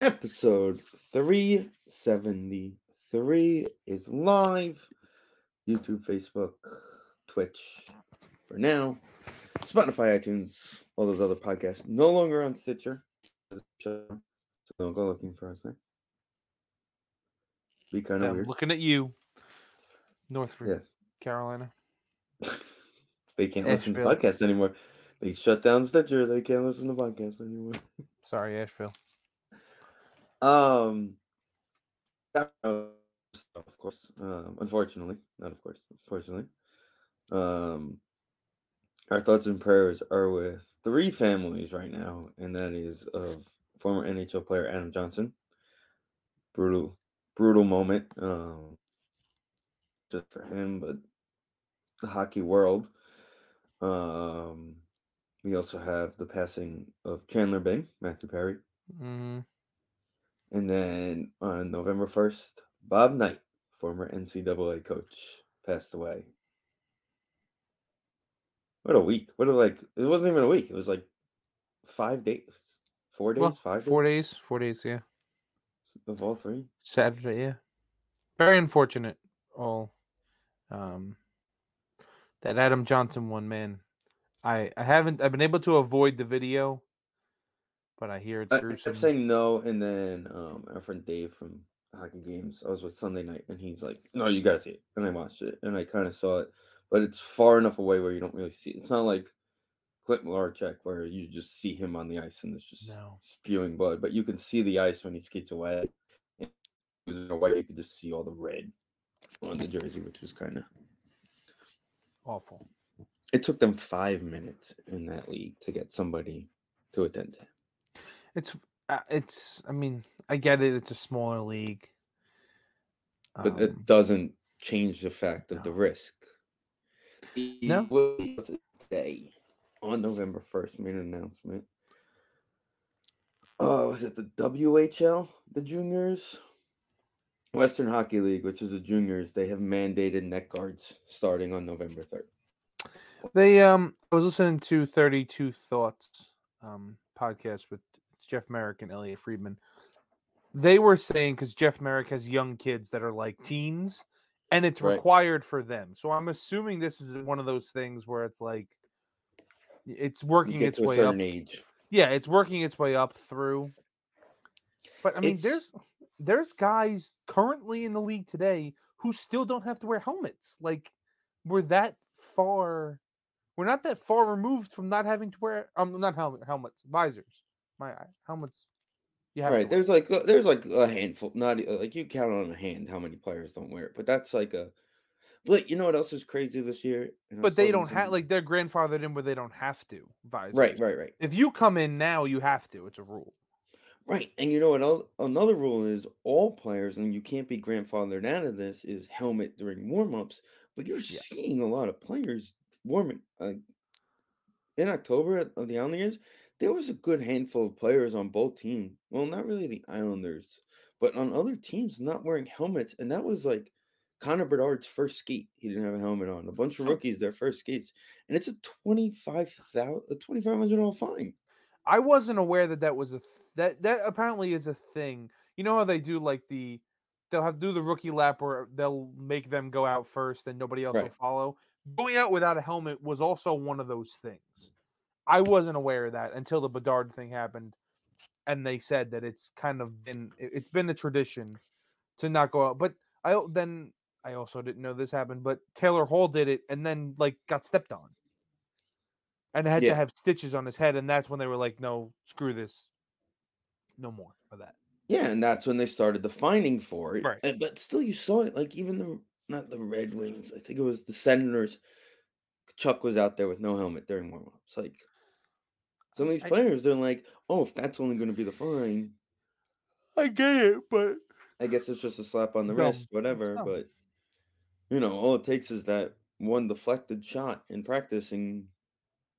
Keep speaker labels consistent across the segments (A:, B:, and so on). A: Episode 373 is live. YouTube, Facebook, Twitch for now. Spotify, iTunes, all those other podcasts. No longer on Stitcher. So don't go looking for us eh? there. Be kind of
B: I'm
A: weird.
B: looking at you, Northford,
A: Yes.
B: Carolina.
A: They can't listen to
B: Asheville.
A: podcasts anymore. They shut down Stitcher. They can't listen to podcasts anymore.
B: Sorry, Asheville.
A: Um, that- uh, of course. Um, unfortunately, not of course. Unfortunately, um, our thoughts and prayers are with three families right now, and that is of former NHL player Adam Johnson. Brutal, brutal moment. Um, just for him, but the hockey world. Um, we also have the passing of Chandler Bing, Matthew Perry.
B: Mm,
A: And then on November 1st, Bob Knight, former NCAA coach, passed away. What a week. What a like it wasn't even a week. It was like five days. Four days,
B: well,
A: five
B: four days, four days, yeah.
A: days of all three.
B: Saturday, yeah. Very unfortunate. All, um, that Adam Johnson one, man. I I haven't. I've been able to avoid the video, but I hear it's
A: I, I
B: gruesome.
A: kept saying no, and then um our friend Dave from Hockey Games, I was with Sunday night, and he's like, "No, you gotta see it." And I watched it, and I kind of saw it, but it's far enough away where you don't really see it. It's not like Clint Malarchuk where you just see him on the ice and it's just
B: No.
A: spewing blood, but you can see the ice when he skates away. And it was away, you could just see all the red on the jersey, which was kind of.
B: Awful.
A: It took them five minutes in that league to get somebody to attend to him.
B: It's uh, it's. I mean, I get it. It's a smaller league.
A: but
B: Um,
A: it doesn't change the fact of the
B: no.
A: risk.
B: No.
A: The Wizards Today, on November first, made an announcement. Oh, was it the WHL, the juniors, Western Hockey League, which is the juniors? They have mandated neck guards starting on November third.
B: They um I was listening to 32 Thoughts um podcast with Jeff Merrick and Elliot Friedman. They were saying cuz Jeff Merrick has young kids that are like teens and it's
A: Right.
B: required for them. So I'm assuming this is one of those things where it's like it's
A: You
B: working
A: get
B: its
A: to a
B: way up.
A: certain age.
B: Yeah, it's working its way up through. But I mean
A: It's-
B: there's there's guys currently in the league today who still don't have to wear helmets. Like we're that far we're not that far removed from not having to wear um not helmet helmets, visors. My eye- helmets you have
A: Right.
B: to wear.
A: There's like uh, there's like a handful, not e- like you count on a hand how many players don't wear it, but that's like a. But you know what else is crazy this year? And I was
B: but they
A: talking to
B: don't have
A: somebody-
B: like they're grandfathered in where they don't have to visors.
A: Right, right, right,
B: If you come in now, you have to. It's a rule.
A: right. And you know what? el- Another rule is all players, and you can't be grandfathered out of this. Is helmet during warm-ups, but you're
B: Yeah.
A: seeing a lot of players warming. Uh, in October at- of the Islanders, there was a good handful of players on both teams. Well, not really the Islanders, but on other teams not wearing helmets, and that was like Connor Bedard's first skate. He didn't have a helmet on. A bunch of
B: Sure.
A: rookies their first skates, and it's a twenty-five thousand, a twenty-five hundred dollar fine.
B: I wasn't aware that that was a th- that that apparently is a thing. You know how they do like the they'll have do the rookie lap where they'll make them go out first and nobody else will
A: Right.
B: follow. Going out without a helmet was also one of those things. I wasn't aware of that until the Bedard thing happened and they said that it's kind of been it- it's been a tradition to not go out. But I al- then I also didn't know this happened, but Taylor Hall did it and then like got stepped on. And had
A: Yeah.
B: to have stitches on his head, and that's when they were like, "No, screw this, no more for that."
A: Yeah, and that's when they started the finding for it.
B: Right.
A: And- But still, you saw it. Like even the not the Red Wings. I think it was the Senators. Chuck was out there with no helmet during warmups. Like some of these
B: I-
A: players, they're like, "Oh, if that's only going to be the fine,
B: I get it, but
A: I guess it's just a slap on the
B: Dumb.
A: wrist, whatever.
B: dumb.
A: But you know, all it takes is that one deflected shot in practice, and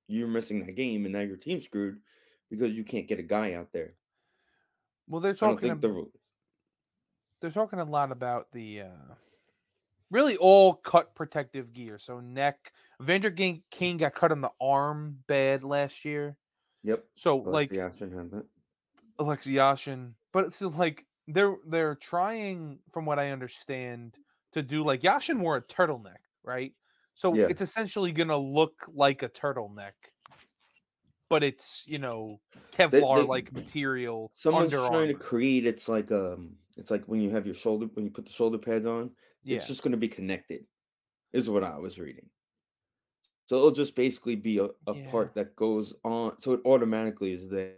A: you're missing that game, and now your team's screwed because you can't get a guy out there.
B: well, they're
A: I don't
B: talking.
A: think
B: ab-
A: the rule.
B: they're talking a lot about the uh, really all cut protective gear. So neck. Vander Gang- King got cut on the arm bad last year.
A: Yep,
B: So
A: like
B: like
A: Ashton had that.
B: Alexi Yashin, but it's still, like they're they're trying, from what I understand, to do like Yashin wore a turtleneck, right? So
A: Yeah.
B: it's essentially gonna look like a turtleneck, but it's you know
A: they-
B: Kevlar like material.
A: Someone's
B: under
A: trying to
B: armor.
A: create. It's like um, it's like when you have your shoulder when you put the shoulder pads on.
B: yeah,
A: It's just going to be connected, is what I was reading. So it'll just basically be a, a
B: Yeah.
A: part that goes on. So it automatically is there,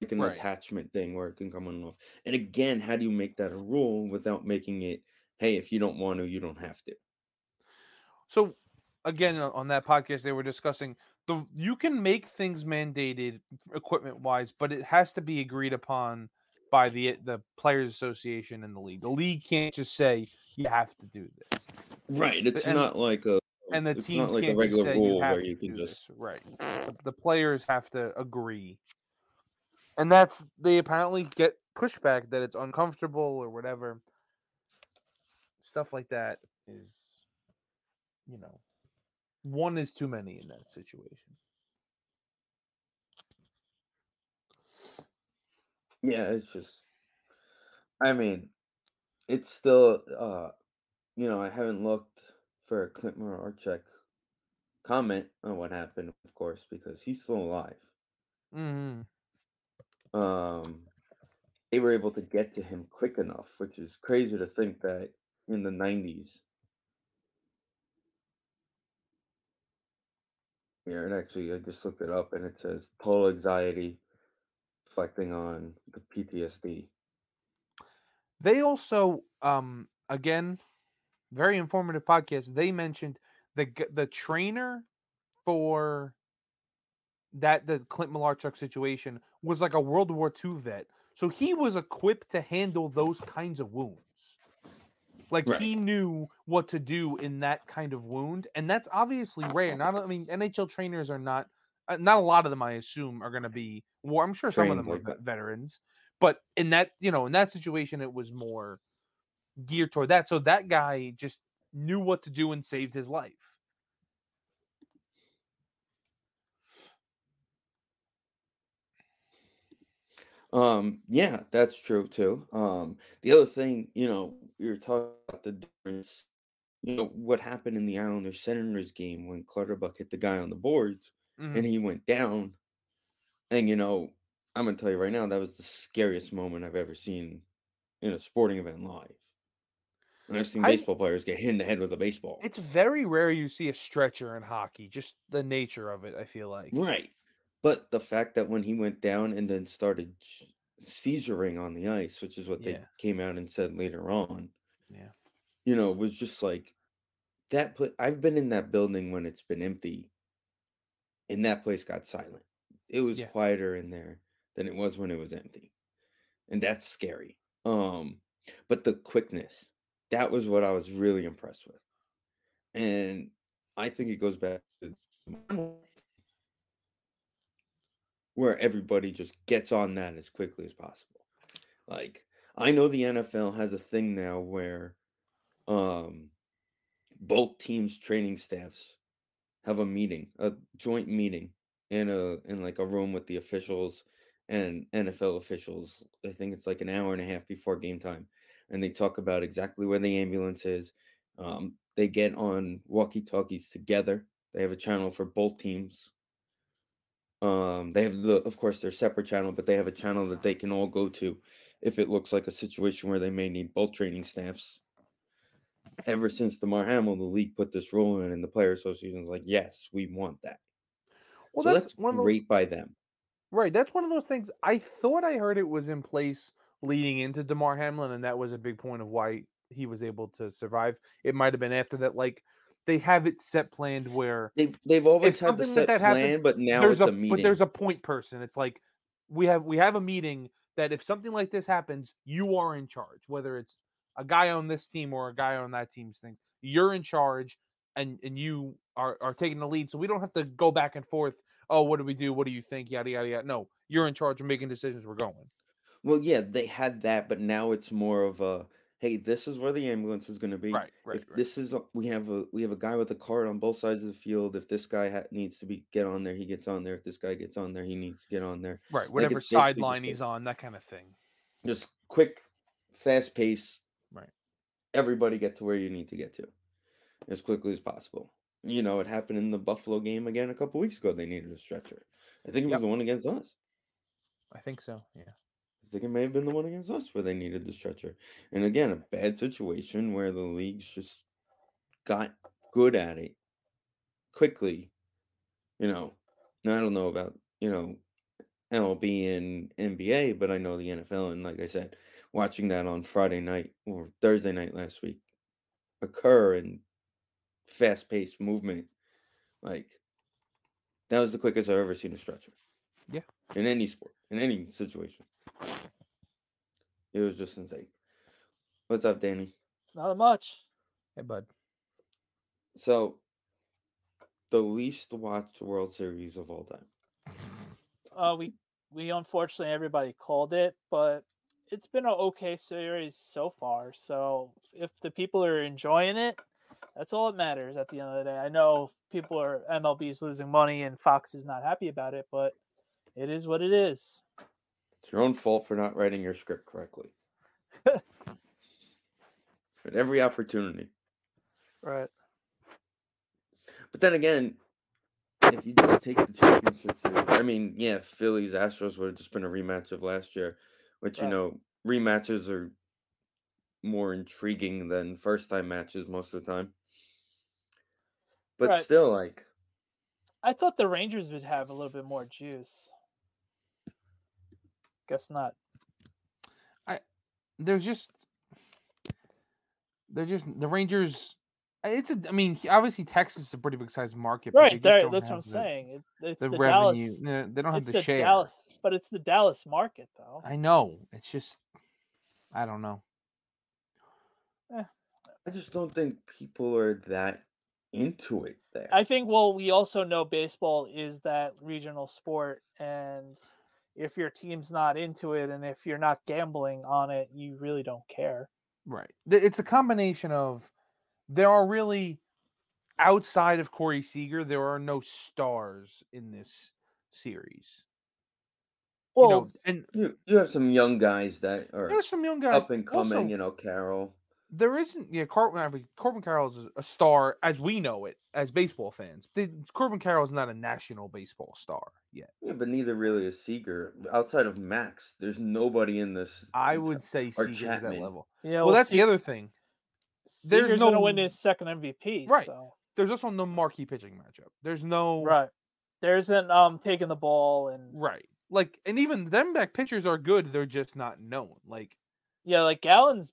A: like an
B: Right.
A: attachment thing where it can come on and off. And again, how do you make that a rule without making it? Hey, if you don't want to, you don't have to.
B: So again, o- on that podcast, they were discussing the you can make things mandated equipment wise, but it has to be agreed upon by the the players association and the league. The league can't just say you have to do this,
A: Right. It's
B: and-
A: not like a.
B: and the
A: it's
B: teams
A: not like a
B: can't just
A: regular
B: say
A: rule
B: you have
A: where
B: to
A: you can
B: do
A: just.
B: this. right. The, the players have to agree, and that's they apparently get pushback that it's uncomfortable or whatever. Stuff like that is, you know, one is too many in that situation.
A: Yeah, it's just. I mean, it's still. uh You know, I haven't looked for a Clint Morarchek comment on what happened, of course, because he's still alive.
B: Mm-hmm.
A: Um, they were able to get to him quick enough, which is crazy to think that in the '90s. Yeah, and actually, I just looked it up, and it says total anxiety, reflecting on the PTSD.
B: They also, um, again, very informative podcast. They mentioned the g- the trainer for that the Clint Malarchuk situation was like a World War II vet, so he was equipped to handle those kinds of wounds. Like
A: Right.
B: he knew what to do in that kind of wound, and that's obviously rare. Not, I mean, NHL trainers are not, uh, not a lot of them, I assume, are going to be war. I'm sure some of
A: Trained
B: them
A: like
B: are
A: that.
B: vet- veterans, but in that, you know, in that situation, it was more geared toward that. So that guy just knew what to do and saved his life.
A: Um, yeah, that's true too. Um, the other thing, you know, we were talking about the difference, you know, what happened in the Islanders Senators game when Clutterbuck hit the guy on the boards
B: Mhm.
A: and he went down. And you know, I'm gonna tell you right now, that was the scariest moment I've ever seen in a sporting event live. And I've seen
B: I-
A: baseball players get hit in the head with a baseball.
B: It's very rare you see a stretcher in hockey, just the nature of it, I feel like.
A: Right. But the fact that when he went down and then started sh- seizuring on the ice, which is what they
B: Yeah.
A: came out and said later on,
B: Yeah.
A: you know, was just like that. Pla- I've been in that building when it's been empty, and that place got silent. It was
B: Yeah.
A: quieter in there than it was when it was empty, and that's scary. Um, but the quickness that was what I was really impressed with, and I think it goes back to where everybody just gets on that as quickly as possible. Like I know the NFL has a thing now where um both teams training staffs have a meeting, a joint meeting in a in like a room with the officials and NFL officials. I think it's like an hour and a half before game time and they talk about exactly where the ambulance is. Um, they get on walkie-talkies together. They have a channel for both teams. Um, they have the, of course, their separate channel, but they have a channel that they can all go to if it looks like a situation where they may need both training staffs. Ever since DeMar Hamill, the league put this rule in, and the player association's like, yes, we want that.
B: Well,
A: so
B: that's,
A: that's
B: one of those,
A: great by them.
B: right. That's one of those things. I thought I heard it was in place leading into Demar Hamlin, and that was a big point of why he was able to survive. It might have been after that, like they have it set planned where
A: They've they've always had the
B: something like
A: set
B: that
A: plan,
B: happens,
A: but now
B: there's
A: it's a,
B: a
A: meeting.
B: but there's a point person. It's like we have we have a meeting that if something like this happens, you are in charge. Whether it's a guy on this team or a guy on that team's thing, you're in charge, and and you are are taking the lead. So we don't have to go back and forth. Oh, what do we do? What do you think? Yada yada yada. No, you're in charge of making decisions. We're going.
A: Well, yeah, they had that, but now it's more of a hey, this is where the ambulance is going to be.
B: Right, right,
A: if
B: right.
A: this is a- we have a we have a guy with a card on both sides of the field. If this guy ha- needs to be get on there, he gets on there. If this guy gets on there, he needs to get on there.
B: right, whatever
A: it's basically just
B: sideline
A: a-
B: he's on, that kind of thing.
A: Just quick, fast pace.
B: Right.
A: Everybody get to where you need to get to as quickly as possible. You know, it happened in the Buffalo game again a couple weeks ago. They needed a stretcher. I think it
B: Yep.
A: was the one against us.
B: I think so. Yeah.
A: I think it may have been the one against us where they needed the stretcher. And again, a bad situation where the leagues just got good at it quickly. You know, now I don't know about, you know, MLB and NBA, but I know the NFL. And like I said, watching that on Friday night or Thursday night last week occur in fast paced movement, like that was the quickest I've ever seen a stretcher.
B: Yeah.
A: In any sport, in any situation. It was just insane. What's up, Danny?
C: Not much.
B: Hey, bud.
A: So, the least watched World Series of all time.
C: Uh, we we unfortunately everybody called it, but it's been an okay series so far. So if the people are enjoying it, that's all that matters at the end of the day. I know people are MLB's losing money and Fox is not happy about it, but it is what it is.
A: It's your own fault for not writing your script correctly. At every opportunity.
C: Right.
A: But then again, if you just take the championship series, I mean, yeah, Phillies Astros would have just been a rematch of last year, which you
C: Right.
A: know, rematches are more intriguing than first time matches most of the time. But
C: Right.
A: still, like,
C: I thought the Rangers would have a little bit more juice. Guess not.
B: There's just they're just the Rangers. I- It's a. I mean, he- obviously Texas is a pretty big sized market. but they
C: Right,
B: just
C: there,
B: don't
C: that's what I'm
B: have the-
C: saying. It, it's
B: The,
C: the,
B: revenue.
C: Dallas.
B: no, They don't have
C: It's
B: the,
C: the
B: share.
C: Dallas, but it's the Dallas market though.
B: I know. It's just. I don't know.
A: I just don't think people are that into it there.
C: I think well we also know baseball is that regional sport and if your team's not into it and if you're not gambling on it, you really don't care.
B: Right. Th- It's a combination of there are really outside of Corey Seager, there are no stars in this series. You
C: Well,
B: know, and
A: you, you have some young guys that are
B: there's some young guys
A: up and coming,
B: also-
A: you know, Carroll.
B: there isn't yeah Corbin I mean, Corbin Carroll's a- a star as we know it as baseball fans. The, Corbin Carroll's not a national baseball star yet.
A: Yeah, but neither really is Seager. Outside of Max, there's nobody in this.
B: I
A: entire-
B: would say
A: or
B: Seager's at that
A: Chapman.
B: level.
C: yeah,
B: Well, that's the other thing. there's
C: There's gonna win
B: no-
C: his second MVP.
B: Right.
C: So.
B: There's also no marquee pitching matchup. There's no
C: Right. There isn't um taking the ball and
B: right. Like and even them back pitchers are good. They're just not known. Like
C: yeah, like Gallon's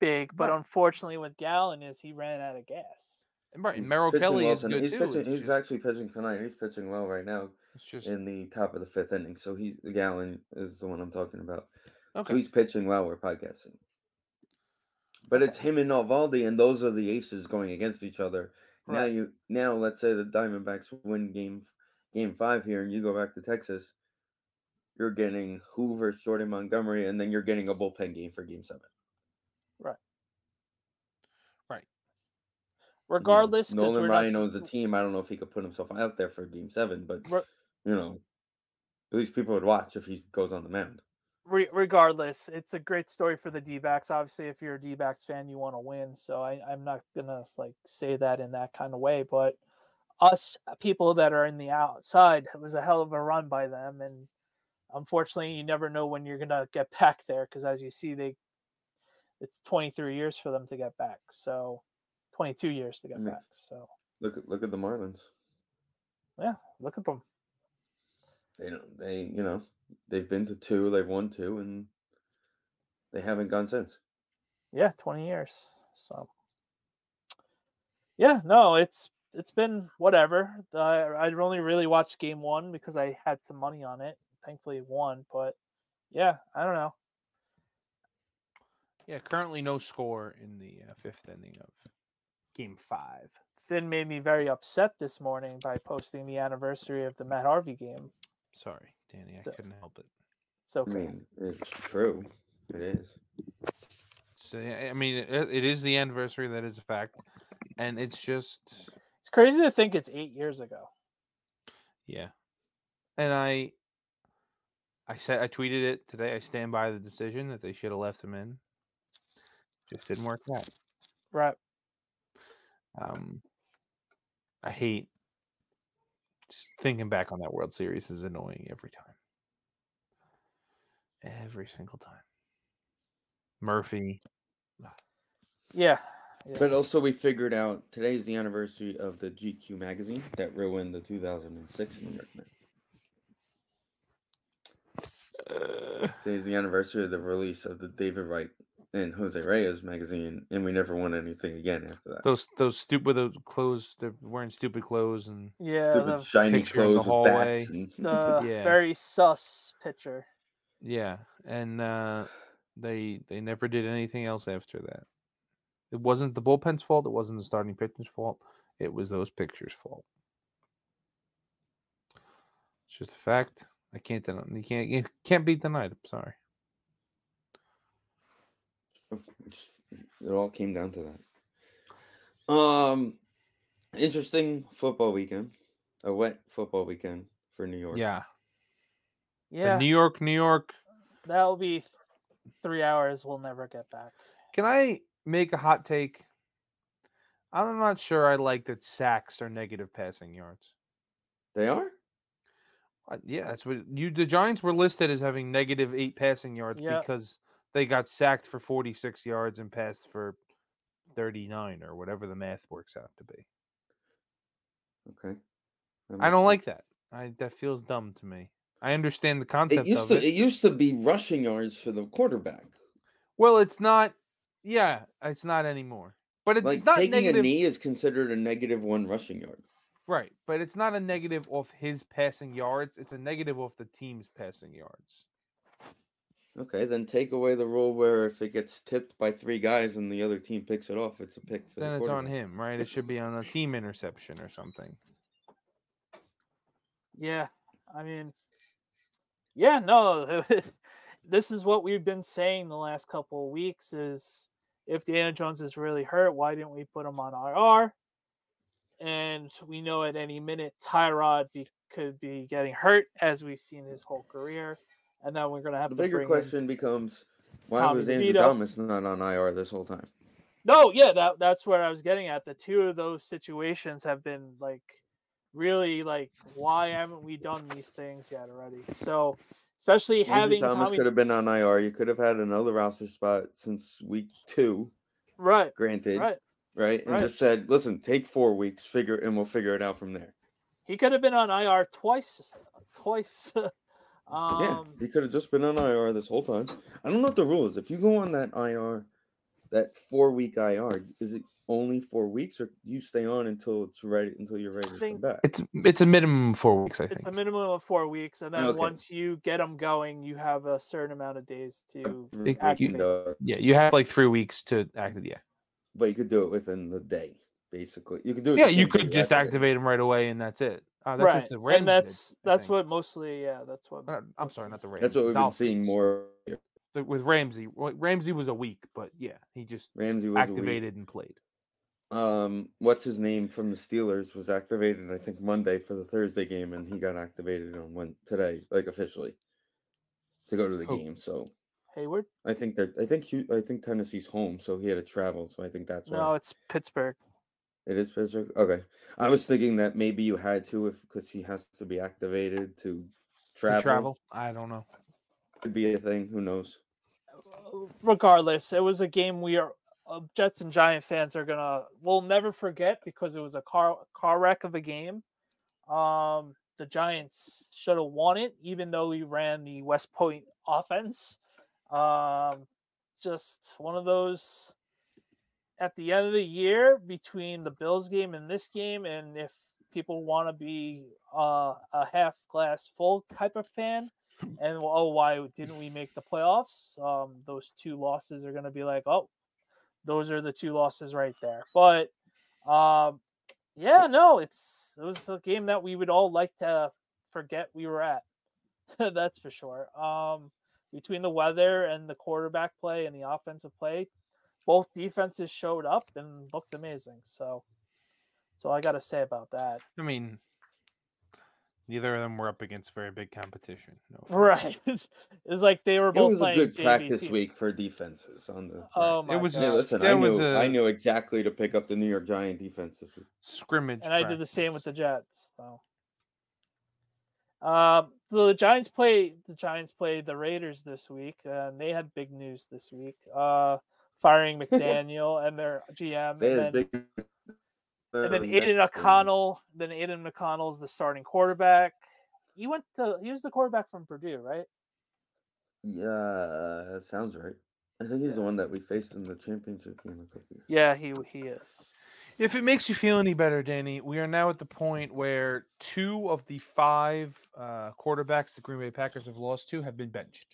C: big, but
B: Right.
C: unfortunately with Gallon is he ran out of gas.
B: and right.
A: He's
B: Merrill
A: pitching
B: Kelly
A: well
B: is
A: tonight.
B: good
A: he's
B: too.
A: Pitching,
B: it's
A: he's
B: just-
A: actually pitching tonight. He's pitching well right now
B: it's just
A: in the top of the fifth inning. So he's Gallon is the one I'm talking about. So
B: okay.
A: he's pitching while we're podcasting. But it's him and Alvaldi, and those are the aces going against each other. Now
B: Right.
A: you now let's say the Diamondbacks win game game five here, and you go back to Texas. You're getting Hoover, Jordan Montgomery, and then you're getting a bullpen game for game seven. You know,
C: Regardless, because
A: Nolan
C: we're
A: Ryan
C: not
A: owns a team. I don't know if he could put himself out there for game seven, but
C: Re-
A: you know, at least people would watch if he goes on the mound.
C: re- regardless, it's a great story for the D-backs. Obviously, if you're a D-backs fan, you want to win. So I, I'm not gonna like say that in that kind of way, but us uh, people that are in the outside, it was a hell of a run by them, and unfortunately, you never know when you're gonna get back there because as you see, they it's 23 years for them to get back. So 22 years to get
A: Mm.
C: back. So
A: Look at look at the Marlins.
C: yeah, look at them.
A: they don't they you know they've been to two they've won two and they haven't gone since
C: yeah 20 years so yeah no it's it's been whatever uh, i only really watched game one because i had some money on it thankfully it won but yeah, I don't know.
B: Yeah, currently no score in the uh, fifth inning of game five.
C: Finn made me very upset this morning by posting the anniversary of the Matt Harvey game.
B: Sorry, Danny, I
C: Yeah.
B: couldn't help it.
C: It's okay.
A: I mean, it's true. It is.
B: So yeah, I mean, it, it is the anniversary. That is a fact, and it's just
C: it's crazy to think it's eight years ago.
B: yeah. And I, I said I tweeted it today. I stand by the decision that they should have left him in. Just didn't work out.
C: Right.
B: Um, I hate just thinking back on that World Series is annoying every time. Every single time. Murphy.
C: Yeah. yeah.
A: But also, we figured out today's the anniversary of the GQ magazine that ruined the 2006 New York Mets. Today's the anniversary of the release of the David Wright and Jose Reyes magazine, and we never won anything again after that.
B: those those stupid those clothes. They're wearing stupid clothes and
C: yeah.
A: Stupid
C: The,
A: shiny
B: picture in
A: clothes
B: the
A: with
B: hallway.
A: bats. And
C: the
B: Yeah.
C: very sus picture.
B: yeah, and uh, they they never did anything else after that. It wasn't the bullpen's fault. It wasn't the starting pitcher's fault. It was those pictures' fault. It's just a fact. I can't deny. You can't. You can't be denied. I'm sorry.
A: it all came down to that. Um, interesting football weekend, a wet football weekend for New York.
B: Yeah. But
C: Yeah.
B: New York, New York.
C: That'll be three hours. We'll never get back.
B: Can I make a hot take? I'm not sure I like that sacks are negative passing yards.
A: they are.
B: Uh, Yeah, that's what you. The Giants were listed as having negative eight passing yards
C: Yeah.
B: because they got sacked for forty six yards and passed for thirty nine or whatever the math works out to be.
A: Okay.
B: I
A: That makes
B: don't
A: sense.
B: like that. I that feels dumb to me. I understand the
A: It
B: concept
A: used
B: of
A: to
B: it.
A: it used to be rushing yards for the quarterback.
B: Well, it's not. Yeah, it's not anymore. But it's
A: Like
B: not
A: taking
B: negative,
A: a knee is considered a negative one rushing yard.
B: right? But it's not a negative off his passing yards. It's a negative off the team's passing yards.
A: Okay, then take away the rule where if it gets tipped by three guys and the other team picks it off, it's a pick for
B: Then
A: the
B: it's on
A: quarterback.
B: him, right? It should be on a team interception or something.
C: Yeah. I mean, yeah, no. this is what we've been saying the last couple of weeks is if Daniel Jones is really hurt, why didn't we put him on IR? And we know at any minute Tyrod be, could be getting hurt as we've seen his whole career. And then we're going to have
A: The
C: to bring
A: bigger
C: in-
A: question becomes why
C: Tommy
A: was Andrew
C: DeVito.
A: Thomas not on IR this whole time?
C: No, yeah, that that's where I was getting at. The two of those situations have been like really like why haven't we done these things yet already? So especially
A: Andrew
C: having
A: Thomas
C: Tommy
A: could have been on IR. You could have had another roster spot since week two,
C: right,
A: granted,
C: right.
A: right? And
C: right.
A: just said, listen, take four weeks, figure, and we'll figure it out from there.
C: He could have been on IR twice, twice. um,
A: yeah, he could have just been on IR this whole time. I don't know what the rule is. If you go on that IR, that four week IR, is it only four weeks, or you stay on until it's ready, until you're ready to come
C: think-
A: back?
B: It's it's a minimum of four weeks, I think.
C: it's a minimum of four weeks, and then
A: Okay.
C: once you get them going, you have a certain amount of days to.
A: You
B: think
C: you-
A: can, uh,
B: Yeah, you have like three weeks to activate. Yeah,
A: but you could do it within the day, basically. You could do it.
B: yeah,
A: the
B: you
A: same day
B: could just
A: activate it.
B: activate them right away, and that's it. Uh, that's
C: right,
B: what the Rams
C: and that's
B: did, I
C: that's
B: think.
C: what mostly yeah, that's what.
B: Uh, I'm sorry, not the Rams.
A: That's what we've been seeing
B: Dolphins.
A: more. here.
B: The- with Ramsey. Well, Ramsey was a week, but yeah, he just
A: Ramsey was activated.
B: activated and played.
A: Um, what's his name from the Steelers was activated, I think Monday for the Thursday game, and he got activated on one today, like officially, to go to the
B: Who?
A: game. So
C: Hayward?
A: I think that I think Hu- I think Tennessee's home, so he had to travel. So I think that's why
C: No, it's Pittsburgh.
A: it is Pittsburgh. Okay, I was thinking that maybe you had to if because he has to be activated
B: To
A: to travel.
B: travel. I don't know.
A: could be a thing. Who knows?
C: regardless, it was a game we are uh, Jets and Giant fans are gonna will never forget because it was a car car wreck of a game. Um, the Giants should have won it, even though we ran the West Point offense. Um, just one of those. At the end of the year, between the Bills game and this game, and if people want to be uh, a half glass full type of fan, and oh, why didn't we make the playoffs? Um, those two losses are going to be like, oh, those are the two losses right there. But um, yeah, no, it's it was a game that we would all like to forget we were at. That's for sure. Um, between the weather and the quarterback play and the offensive play, both defenses showed up and looked amazing. So that's all I got to say about that.
B: I mean, neither of them were up against very big competition. No offense.
C: Right. it's like they were
A: It
C: both
A: was a
C: playing
A: good
C: JV
A: practice
C: teams.
A: week for defenses on the.
C: Oh
B: It
C: my
B: was
C: god.
A: Hey, listen, I
B: There was
A: knew
B: a-
A: I knew exactly to pick up the New York Giant defense this week.
B: scrimmage.
C: and I did the same with the Jets. So, um, the Giants play the Giants play the Raiders this week, uh, and they had big news this week. Uh, firing McDaniel and their GM,
A: They
C: and
A: had
C: then,
A: big.
C: and then
A: um,
C: Aiden
A: next, um,
C: O'Connell. Then Aiden O'Connell's the starting quarterback. He went to he was the quarterback from Purdue, right?
A: Yeah, that sounds right. I think he's the
C: Yeah.
A: one that we faced in the championship game. a couple years.
C: Yeah, he he is.
B: If it makes you feel any better, Danny, we are now at the point where two of the five uh, quarterbacks the Green Bay Packers have lost to have been benched.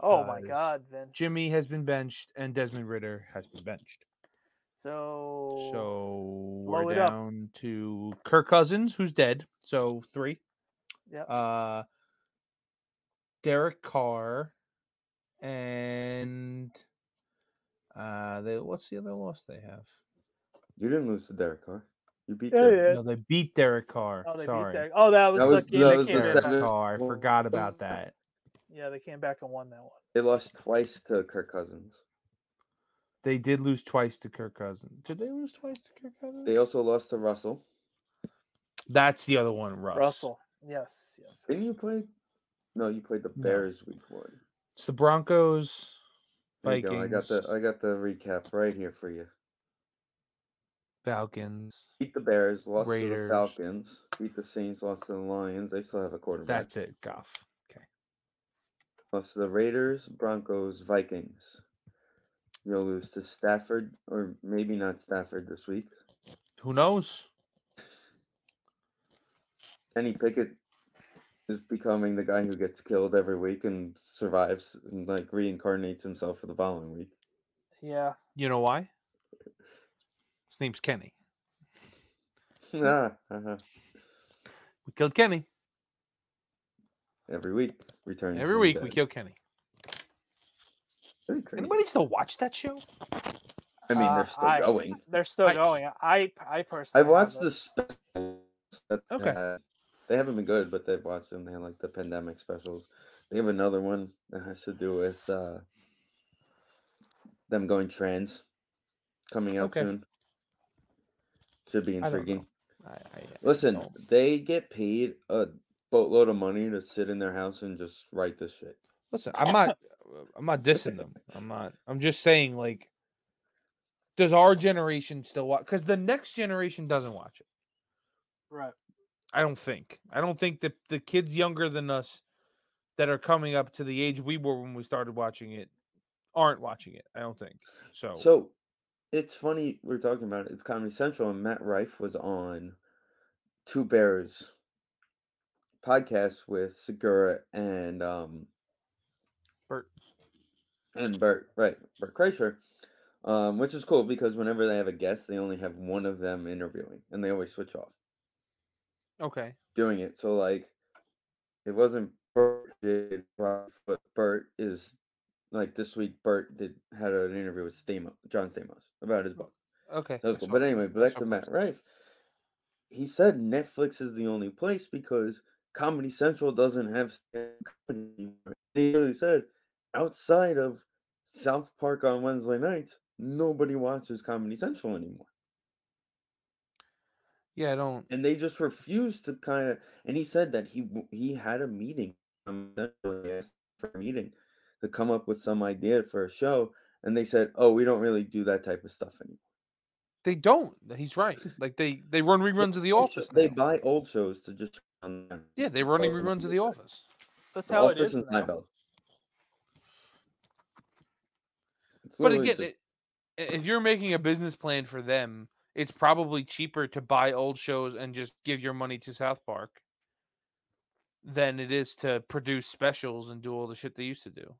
C: Oh my
B: because
C: God, Vin.
B: Jimmy has been benched and Desmond Ritter has been benched.
C: So
B: So
C: Oh, blow
B: we're
C: it up.
B: down to Kirk Cousins, who's dead. So three.
C: yeah,
B: Uh, Derek Carr, and uh, they what's the other loss they have?
A: You didn't lose to Derek Carr. You beat.
C: Yeah,
A: Derek.
C: yeah.
B: No, they beat Derek Carr.
C: oh, they
B: Sorry,
C: beat that. Oh, that was
A: That
C: the
A: was-
C: game
A: that
C: that
A: was the
C: came
B: Derek
C: back.
A: seven-
B: Carr. Oh, I
A: Well,
B: forgot
A: the-
B: about that.
C: Yeah, they came back and won that one.
A: They lost twice to Kirk Cousins.
B: They did lose twice to Kirk Cousins. Did they lose twice to Kirk Cousins?
A: They also lost to Russell.
B: That's the other one, Russ.
C: Russell. Yes, yes.
A: Didn't you play? No, you played the
B: No.
A: Bears week one.
B: It's the Broncos.
A: There you go. I got
B: Vikings,
A: the I got the recap right here for you.
B: Falcons.
A: Beat the Bears, lost to the
B: Raiders.
A: Falcons, beat the Saints, lost to the Lions. They still have a quarterback.
B: That's it. Goff. Okay.
A: Lost to the Raiders, Broncos, Vikings. You'll lose to Stafford, or maybe not Stafford this week.
B: Who knows?
A: Kenny Pickett is becoming the guy who gets killed every week and survives and like reincarnates himself for the following week.
C: Yeah.
B: You know why? His name's Kenny.
A: ah, uh-huh.
B: We killed Kenny.
A: Every week, returning
B: Every week we kill Kenny.
A: Anybody?
B: Anybody still watch that show?
A: I mean,
C: Uh,
A: they're still
C: I-
A: going.
C: They're still
B: I-
C: going. I I personally
A: I watched the
C: haven't.
A: specials. that they
B: Okay.
A: had. They haven't been good, but they've watched them. They had like the pandemic specials. They have another one that has to do with uh, them going trans coming out
B: Okay.
A: soon. Should be
B: I don't know.
A: intriguing.
B: I, I,
A: Listen,
B: No.
A: they get paid a boatload of money to sit in their house and just write this shit.
B: listen, I'm not I'm not dissing them. I'm not I'm just saying like does our generation still watch cuz the next generation doesn't watch it.
C: right.
B: I don't think. I don't think that the kids younger than us that are coming up to the age we were when we started watching it aren't watching it. I don't think. So,
A: So it's funny we're talking about it. It's Comedy Central, and Matt Rife was on Two Bears podcast with Segura and um
B: Bert.
A: and Bert, right? Bert Kreischer. Um, which is cool because whenever they have a guest, they only have one of them interviewing, and they always switch off
B: okay.
A: doing it. So like, it wasn't Bert did Rife, but Bert is like this week. Bert did had an interview with Stamos, John Stamos, about his book.
B: Okay.
A: That was
B: I
A: cool.
B: saw
A: But
B: that.
A: anyway,
B: I
A: back
B: saw
A: to Matt
B: that.
A: Rife. He said Netflix is the only place because Comedy Central doesn't have stand-up comedy anymore. And he really said, outside of South Park on Wednesday nights, nobody watches Comedy Central anymore.
B: Yeah, I don't
A: And they just refuse to kind of. And he said that he w- he had a meeting, um, he asked for a meeting, to come up with some idea for a show. And they said, oh, we don't really do that type of stuff anymore.
B: They don't. He's right. Like they they run reruns of The
A: They sh-
B: Office.
A: They
B: now.
A: buy old shows to just. on them.
B: yeah, they're running
A: Oh,
B: reruns of The Office.
C: That's
A: The
C: how it
A: Office
C: is.
A: and
C: now.
A: Seinfeld. It's
B: But
A: literally
B: again,
A: just-
B: it, i- if you're making a business plan for them, it's probably cheaper to buy old shows and just give your money to South Park than it is to produce specials and do all the shit they used to do.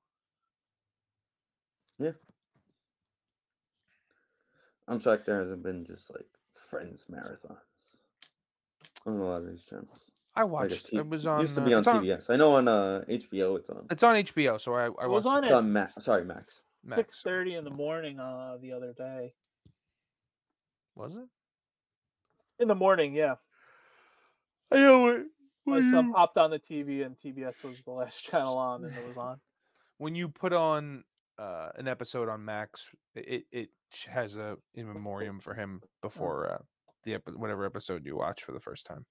A: I'm shocked there hasn't been just like friends marathons on a lot of these channels.
B: I
A: Like,
B: watched.
A: it's T-
B: it was on.
A: used to be
B: uh,
A: on
B: it's on,
A: TBS. I know on uh, HBO it's on.
B: it's on HBO, so I, I watched
C: It was on
A: It's
C: at
A: on Max. Sorry, Max.
B: Max.
C: Six thirty in the morning uh, the other day.
B: Was it?
C: In the morning, yeah.
B: I know it.
C: My son popped on the TV and TBS was the last channel on and it was on.
B: when you put on uh, an episode on Max, it it sh- has a in memoriam for him before uh, the epi- whatever episode you watch for the first time.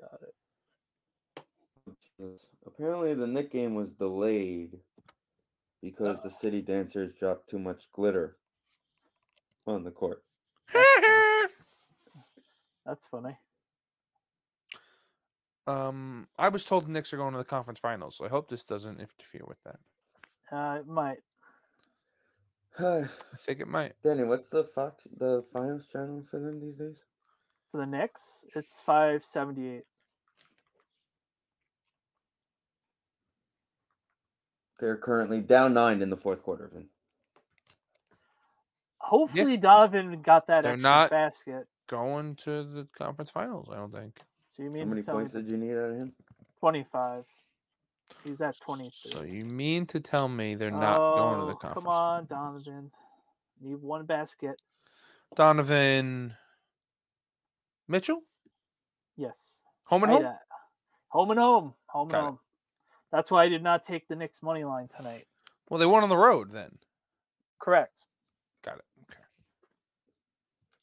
C: Got it.
A: Jesus. Apparently, the Nick game was delayed because the
B: Uh.
A: city dancers dropped too much glitter on the court.
C: That's funny.
B: um, I was told the Knicks are going to the conference finals, so I hope this doesn't interfere with that.
C: Uh, it might.
B: I think it might.
A: Danny, what's the Fox, the finals channel for them these days?
C: For the Knicks, it's five seventy eight.
A: They're currently down nine in the fourth quarter. Vin.
C: Hopefully Donovan got that
B: They're
C: extra
B: not-
C: basket.
B: Going to the conference finals, I don't think.
C: So you
A: How
C: mean
A: many
C: to tell me
A: points did you need out of him?
C: twenty five. He's at twenty three.
B: So you mean to tell me they're not going to the
C: Oh,
B: conference?
C: Come on,
B: finals?
C: Donovan. Need one basket.
B: Donovan Mitchell.
C: Yes.
B: Home and
C: Say
B: home?
C: that. Home and home. Home
B: Got it.
C: and home. That's why I did not take the Knicks money line tonight.
B: Well, they won on the road then.
C: Correct.
B: Got it. Okay.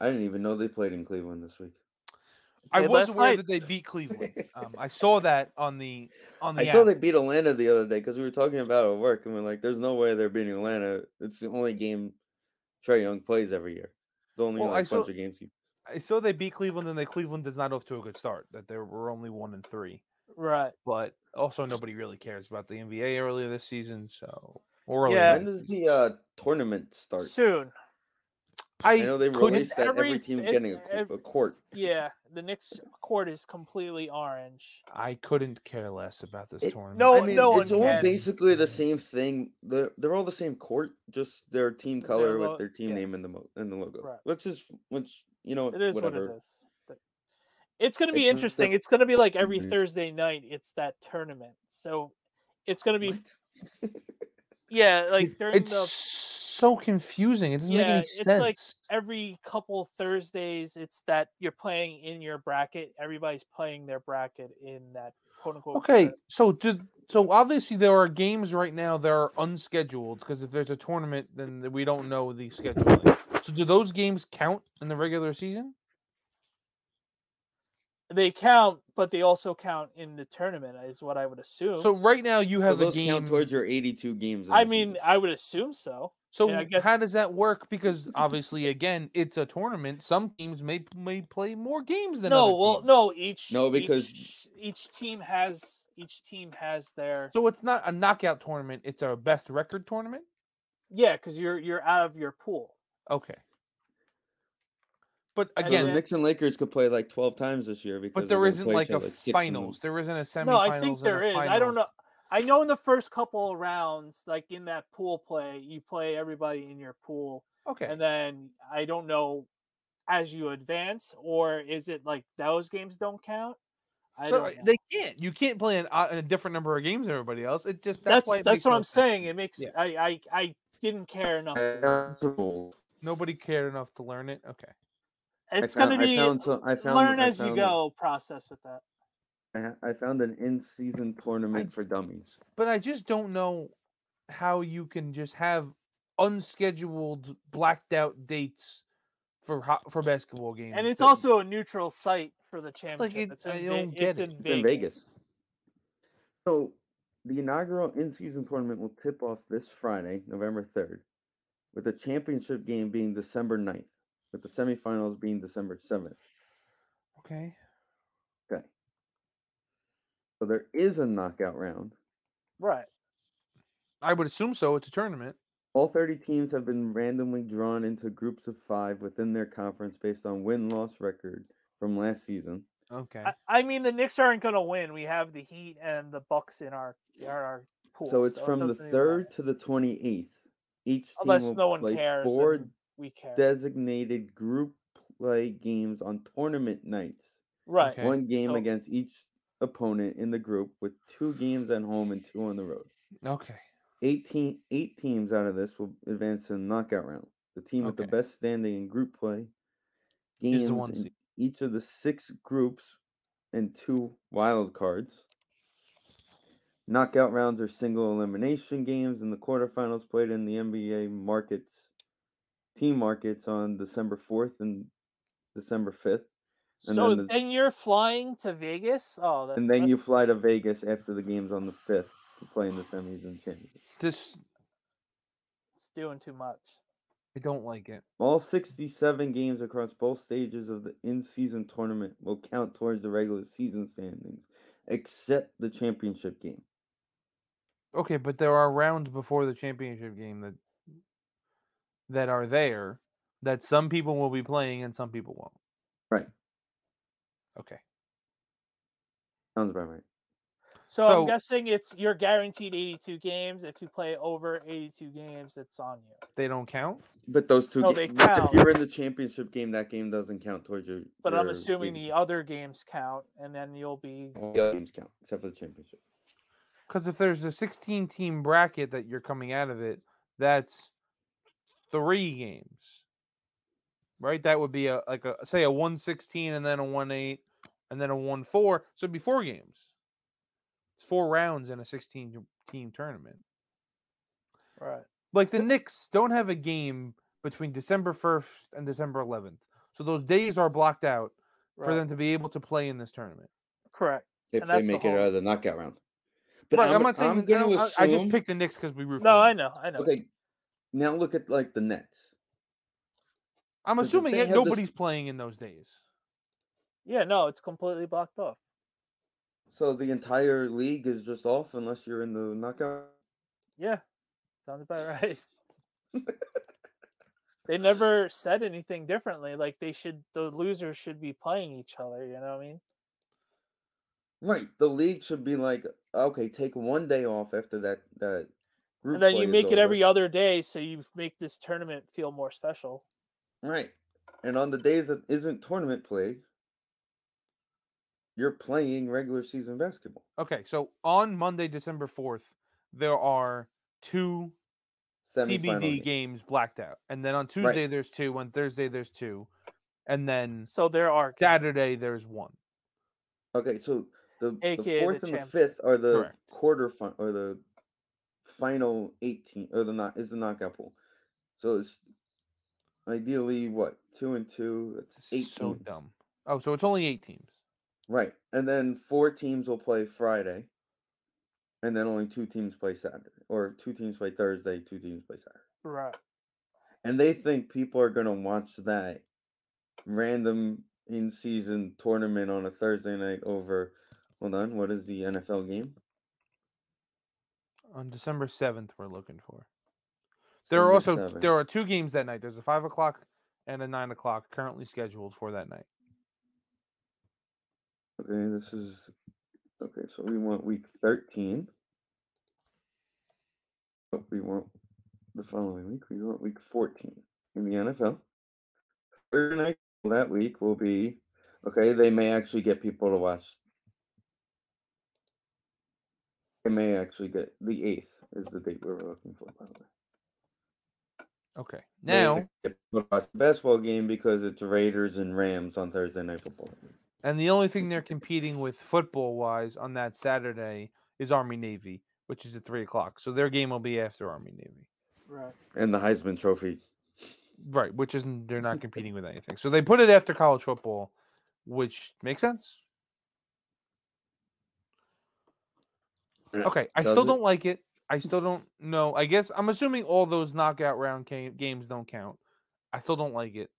A: I didn't even know they played in Cleveland this week.
B: I
C: Played
B: was
C: last
B: aware
C: night.
B: that they beat Cleveland. Um, I saw that on the on the.
A: I saw
B: app.
A: they beat Atlanta the other day because we were talking about it at work, and we're like, "There's no way they're beating Atlanta. It's the only game Trey Young plays every year. The only
B: Well, I
A: like, bunch
B: saw-
A: of games he
B: I saw they beat Cleveland, and that Cleveland is not off to a good start. That they were only one and three,
C: Right.
B: but also nobody really cares about the NBA earlier this season. So or
C: Yeah.
A: When does the uh, tournament start?
C: Soon.
B: I,
A: I know they
B: couldn't-
A: released that every,
C: every-
A: team's
C: it's
A: getting a, co-
C: ev-
A: a court.
C: Yeah. The Knicks court is completely orange.
B: I couldn't care less about this
A: It-
B: tournament.
C: no-
A: I
C: one-
A: mean,
C: no
A: it's
C: one
A: all
C: can.
A: basically the same thing. They're, they're all the same court, just their team
C: Their
A: color
C: lo-
A: with their team
C: yeah.
A: name and the mo- and the logo.
C: Right.
A: Let's just let's you know
C: It is
A: whatever.
C: what it is. Th- It's going to be
A: It's a
C: interesting.
A: sep-
C: It's going to be like every
A: Mhm.
C: Thursday night. It's that tournament. So it's going to be
A: What?
C: yeah, like during
B: it's
C: the
B: so confusing. It doesn't make
C: Yeah,
B: any
C: it's
B: sense.
C: like- every couple Thursdays, it's that you're playing in your bracket. Everybody's playing their bracket in that quote unquote.
B: okay,
C: bracket.
B: so did so obviously there are games right now that are unscheduled because if there's a tournament, then th- we don't know the scheduling. So do those games count in the regular season?
C: They count, but they also count in the tournament, is what I would assume.
B: So right now you
A: So
B: have a
A: those
B: game.
A: count towards your 82 games. in
C: I
A: the
C: mean,
A: season.
C: I would assume so.
B: So
C: Yeah, I guess-
B: how does that work? Because obviously, again, it's a tournament. Some teams may may play more games than
C: No,
B: other
C: well,
B: teams.
C: no, each
A: No, because-
C: each, each team has each team has their
B: So it's not a knockout tournament. It's a best record tournament.
C: yeah, because you're you're out of your pool.
B: Okay. But
C: And
A: So
B: again,
A: the
C: then-
A: Knicks and Lakers could play like 12 times this year because
B: but there
A: they're gonna
B: isn't
A: play
B: like
A: each
B: a
A: other six in the-
B: finals. There isn't a semifinals.
C: No, I think
B: and a
C: there is. I don't
B: finals.
C: know. I know in the first couple of rounds, like in that pool play, you play everybody in your pool.
B: Okay.
C: and then I don't know as you advance, or is it like those games don't count? I
B: No,
C: don't.
A: eh,
C: know.
B: uh, they can't. You can't play in a, in a different number of games than everybody else. It just that's
C: that's
B: why
C: that's,
B: it makes
C: what
B: no
C: I'm
B: sense.
C: saying. It makes
B: Yeah.
C: I, I I didn't care enough.
A: I
C: to-
A: found the rules.
B: Nobody cared enough to learn it. Okay.
A: I
C: It's
A: found-
C: gonna
A: I
C: be
A: found some- I found-
C: learn
A: I
C: as you
A: found-
C: go process with that.
A: I ha- I found an in-season tournament for dummies.
B: but I just don't know how you can just have unscheduled blacked out dates for ho- for basketball games.
C: And it's
B: that-
C: also a neutral site for the championship.
B: it-
C: it's in,
B: I
C: Ve-
B: don't get
C: it's
B: it.
C: in
A: It's in Vegas. So the inaugural in-season tournament will tip off this Friday, November 3rd, with the championship game being December 9th, with the semifinals being December 7th.
B: okay.
A: So there is a knockout round.
C: Right.
B: I would assume so. It's a tournament.
A: All 30 teams have been randomly drawn into groups of five within their conference based on win loss record from last season,
B: Okay.
C: I, I mean, the Knicks aren't going to win. We have the Heat and the Bucks in our in our pool.
A: So it's
C: it
A: from the
C: doesn't even matter.
A: third to the twenty eighth. Each team
C: Unless
A: will
C: no one
A: play
C: cares
A: four
C: and We care.
A: designated group play games on tournament nights.
C: right.
B: Okay.
A: One game
C: so-
A: against each opponent in the group, with two games at home and two on the road.
B: okay.
A: 18, eight teams out of this will advance to the knockout round. The team with the
B: Okay.
A: best standing in group play
B: the
A: games
B: one
A: in
B: seed.
A: each of the six groups and two wild cards. Knockout rounds are single elimination games, and the quarterfinals played in the NBA markets, team markets on December 4th and December 5th. and
C: so
A: then
C: then,
A: the-
C: you're flying to Vegas. Oh, that,
A: And then you
C: that's-
A: fly to Vegas after the games on the 5th to play in the semis and championship.
B: This
C: It's doing too much.
B: I don't like it.
A: All 67 games across both stages of the in season tournament will count towards the regular season standings, except the championship game.
B: Okay, but there are rounds before the championship game that that are there that some people will be playing and some people won't.
A: Right.
B: Okay.
A: Sounds about right.
C: So,
B: So-
C: I'm guessing it's you're guaranteed 82 games. If you play over 82 games, it's on you.
B: They don't count?
A: But those two
C: No,
A: ga-
C: Oh, they
A: but
C: count.
A: If you're in the championship game, that game doesn't count towards your.
C: But I'm
A: your
C: assuming
A: league.
C: the other games count, and then you'll be
A: All the other games count, except for the championship.
B: Because if there's a 16 team bracket that you're coming out of it, that's three games, right? That would be a like a say a 116 and then a 18 and then a 1 4. So it'd be four games. It's four rounds in a 16 t- team tournament.
C: right.
B: Like the Knicks don't have a game between December 1st and December 11th. So those days are blocked out
C: right.
B: for them to be able to play in this tournament.
C: Correct.
A: If
C: And that's
A: they
C: the
A: make it out
C: whole-
A: of the knockout round. But
B: right, I'm,
A: I'm,
B: not saying
A: I'm
B: that- I
A: going to
B: don't-
A: assume.
B: I, I just picked the Knicks because we root. for
C: No,
B: them.
C: I know. I know.
A: Okay, now look at like the Nets.
B: I'm
A: Because if
B: assuming
A: they
B: that
A: have this-
B: nobody's playing in those days.
C: Yeah, no, it's completely blocked off.
A: So the entire league is just off unless you're in the knockout.
C: Yeah, sounds about right. they never said anything differently. Like they should, the losers should be playing each other. You know what I mean?
A: Right. The league should be like, okay, take one day off after that that group.
C: and then
A: play
C: you
A: is
C: make it
A: over."
C: every other day, so you make this tournament feel more special.
A: right. And on the days that isn't tournament play, you're playing regular season basketball.
B: Okay, so on Monday, December 4th, there are two
A: Semifinal
B: TBD
A: game.
B: games blacked out. And then on Tuesday, there's two. On Thursday, there's two. And then
C: So there are games.
B: Saturday, there's one.
A: Okay, so the, the
C: AKA
A: fourth
C: the
A: and the
C: champs.
A: fifth are the
B: Correct.
A: quarter fin- or the final eighteen or the not is the knockout pool. So it's ideally what two and two. It's eight
B: So
A: teams.
B: dumb. Oh, so it's only eight teams.
A: Right. And then four teams will play Friday. And then only two teams play Saturday. Or two teams play Thursday, two teams play Saturday.
C: right.
A: And they think people are going to watch that random in season tournament on a Thursday night over. Hold on. What is the NFL game?
B: On December 7th, we're looking for. There are
A: December
B: also
A: 7th.
B: there are two games that night. There's a five o'clock and a nine o'clock currently scheduled for that night.
A: Okay, this is. Okay, so we want week 13. But Oh, we want the following week. We want week 14 in the NFL. Thursday night that week will be. Okay, they may actually get people to watch. They may actually get. The 8th is the date we were looking for, by the way.
B: Okay.
A: They may
B: Now
A: get people to watch the basketball game because it's Raiders and Rams on Thursday night football.
B: And the only thing they're competing with football wise on that Saturday is Army Navy, which is at three o'clock. So their game will be after Army Navy.
C: Right.
A: And the Heisman Trophy.
B: Right, which isn't they're not competing with anything. So they put it after college football, which makes sense.
A: Yeah,
B: Okay. I
A: does
B: still
A: it?
B: don't like it. I still don't know. I guess I'm assuming all those knockout round ca- games don't count. I still don't like it,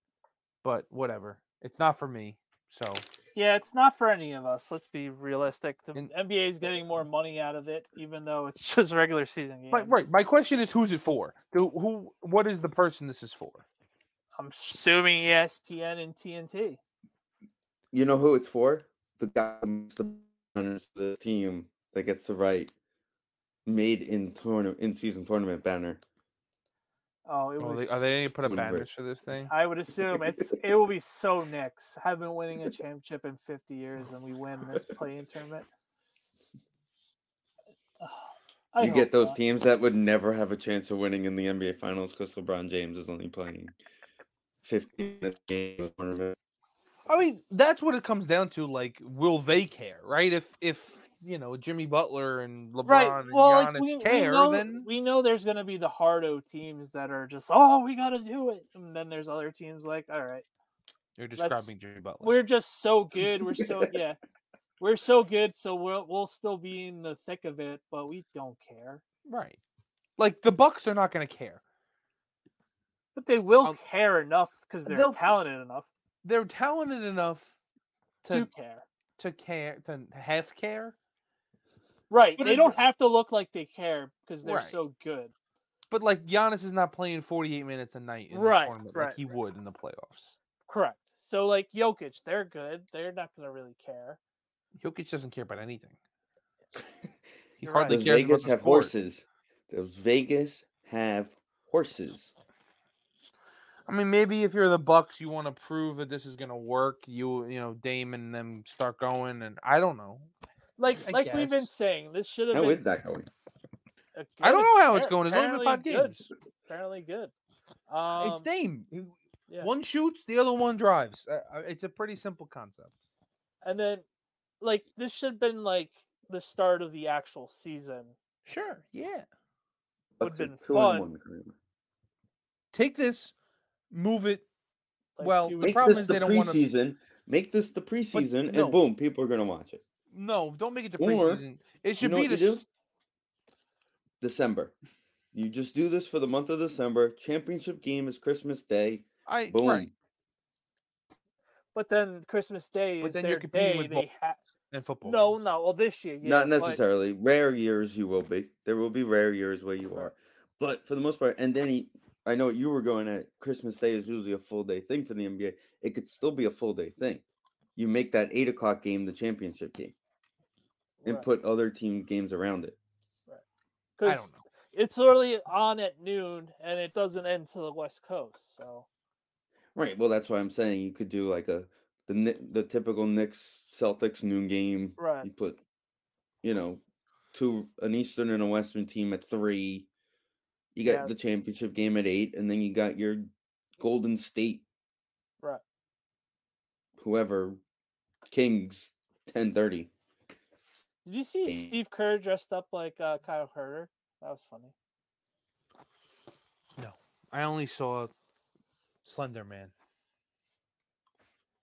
B: but whatever. It's not for me. So
C: Yeah, it's not for any of us. Let's be realistic. The
B: And-
C: NBA is getting more money out of it, even though it's just regular season games.
B: right, right. My question is, who's it for? Who, who? What is the person this is for?
C: E I'm assuming ESPN and TNT.
A: You know who it's for? the guy who makes the banners for the team that gets the right made in tournament in season tournament banner.
C: Oh, it
B: Oh,
C: was.
B: they, are they gonna put a
A: Wouldn't
B: bandage
A: break.
B: for this thing?
C: I would assume it's it will be so Knicks. I've been winning a championship in 50 years, and we win this playing tournament. I
A: you get
C: hope
A: those
C: not.
A: teams that would never have a chance of winning in the NBA Finals because LeBron James is only playing 15 minutes a game of tournament.
B: I mean, that's what it comes down to. Like, will they care, right? If if you know Jimmy Butler and LeBron
C: Right.
B: and
C: Well,
B: Giannis
C: like, we, we
B: care,
C: know,
B: then
C: we know there's going to be the hardo teams that are just, oh, we got to do it. And then there's other teams like, all right,
B: you're
C: let's-
B: describing Jimmy Butler.
C: we're just so good. We're so, yeah, we're so good. So we'll, we'll still be in the thick of it, but we don't care.
B: Right. Like the Bucks are not going to care.
C: But they will
B: Um,
C: care enough because they're
B: they'll-
C: talented enough
B: They're talented enough
C: to
B: to
C: care.
B: to care to have care,
C: Right.
B: But
C: They
B: it's-
C: don't have to look like they care because they're
B: Right.
C: so good.
B: but like Giannis is not playing 48 minutes a night in
C: Right,
B: the tournament
C: right,
B: like he
C: right.
B: would in the playoffs.
C: Correct. So like Jokic, they're good. They're not going to really care.
B: Jokic doesn't care about anything. He
C: You're
B: hardly
A: Does
C: right.
B: cares
A: Vegas
B: about the
A: have
B: sport.
A: horses? Does Vegas have horses?
B: I mean, maybe if you're the Bucks, you want to prove that this is going to work. You you know Dame and them start going, and I don't know.
C: Like
B: I
C: like we've been
B: guess.
C: saying, this should have
A: How
C: been
A: is that going?
C: a
B: I don't
C: good-
B: know how it's
C: appar-
B: going. There's only been five
C: apparently good.
B: games.
C: Apparently good. Um,
B: it's Dame. He-
C: yeah.
B: One shoots, the other one drives. Uh, uh, It's a pretty simple concept.
C: and then like this should have been like the start of the actual season.
B: Sure. Yeah.
C: Would've
A: Bucks are
C: been
A: two and
C: fun.
A: one currently.
B: Take this, move it.
C: Like
B: Well,
C: two
B: the
C: weeks
A: Make
B: problem
C: ago.
A: this
B: is
A: the
B: they don't wanna-
A: preseason. Make this the preseason,
B: no.
A: and boom, people are gonna watch it.
B: No, don't make it to
A: Or,
B: preseason. it
A: you
B: should
A: know
B: be
A: what
B: the
A: you do?
B: s-
A: December. You just do this for the month of December. Championship game is Christmas Day.
B: I
A: Boom.
B: right
C: but then Christmas Day
B: But
C: is
B: then you're
C: their
B: competing
C: day.
B: with
C: They ha-
B: in football.
C: no, no. Well, this year, yeah,
A: Not
C: but-
A: necessarily. Rare years you will be. There will be rare years where you are. But for the most part, and then he, I know what you were going at Christmas Day is usually a full day thing for the NBA. It could still be a full day thing. You make that eight o'clock game the championship game and
C: right,
A: put other team games around it.
B: game. I
C: 'cause
B: don't know.
C: it's literally on at noon and it doesn't end to the west coast so
A: Right. Well, that's why I'm saying you could do like a the Kni- the typical Knicks Celtics noon game.
C: right
A: You put, you know, two an Eastern and a Western team at three. You got
C: Yeah.
A: the championship game at eight, and then you got your Golden State,
C: Right.
A: Whoever, Kings ten thirty.
C: did you see
A: Dang.
C: steve kerr dressed up like uh, kyle herter that was funny
B: I only saw Slender Man.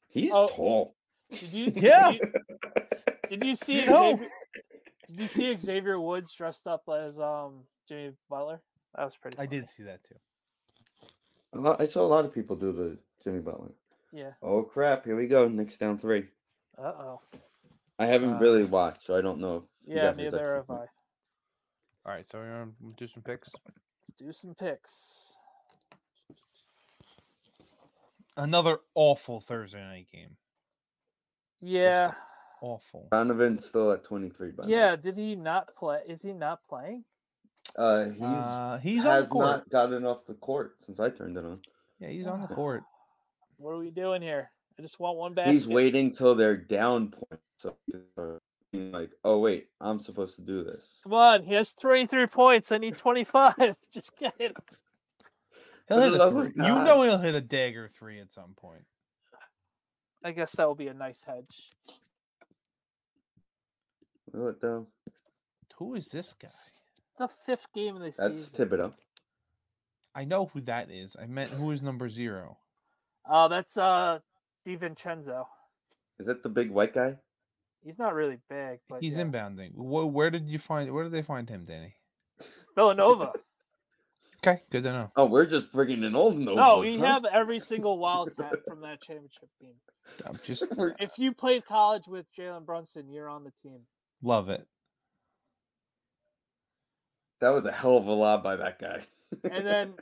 A: He's
C: Oh.
A: tall.
C: did you did
B: Yeah.
C: you- did you see
B: No.
C: xavier, did you see xavier woods dressed up as um jimmy butler that was pretty
B: I
C: funny.
B: did see that too.
A: A lot, I saw a lot of people do the Jimmy Butler.
C: yeah
A: Oh crap! Here we go. Knicks down three.
C: uh-oh
A: I haven't
B: Uh,
A: really watched, so I don't know. You
C: yeah
A: got his extra
C: neither have i
A: point.
C: let's
B: All right, so we're gonna do some picks.
C: do some picks
B: Another awful Thursday night game.
C: yeah
B: Awful.
A: Uh, Donovan's still at twenty three. By the way.
C: yeah did he not play is he not playing
A: Uh, he's
B: Uh, he's on
A: has
B: the court.
A: not gotten off the court since I turned it on.
B: Yeah, he's on the court.
C: what are we doing here i just want one basket
A: He's waiting till they're down point. So he can start being like, oh wait, I'm supposed to do this.
C: Come on, he has 23 points. I need 25. Just get it.
B: He'll
A: For
B: hit
A: the
B: a
A: love of
B: three. You
A: God.
B: know he'll hit a dagger three at some point.
C: I guess that will be a nice hedge.
A: Will it though?
B: Who is this guy?
C: It's the fifth game of the
A: That's
C: season.
A: Thibodeau.
B: I know who that is. I meant who is number zero.
C: Oh, that's uh DiVincenzo.
A: Is that the big white guy?
C: He's not really big, but
B: He's
C: yeah.
B: inbounding. Where, where did you find? Where did they find him, Danny?
C: Villanova.
B: Okay, good to know.
A: Oh, we're just bringing an old nose.
C: no, we have every single Wildcat from that championship team.
B: I'm just
C: If you played college with Jalen Brunson, you're on the team.
B: love it.
A: that was a hell of a lob by that guy.
C: And then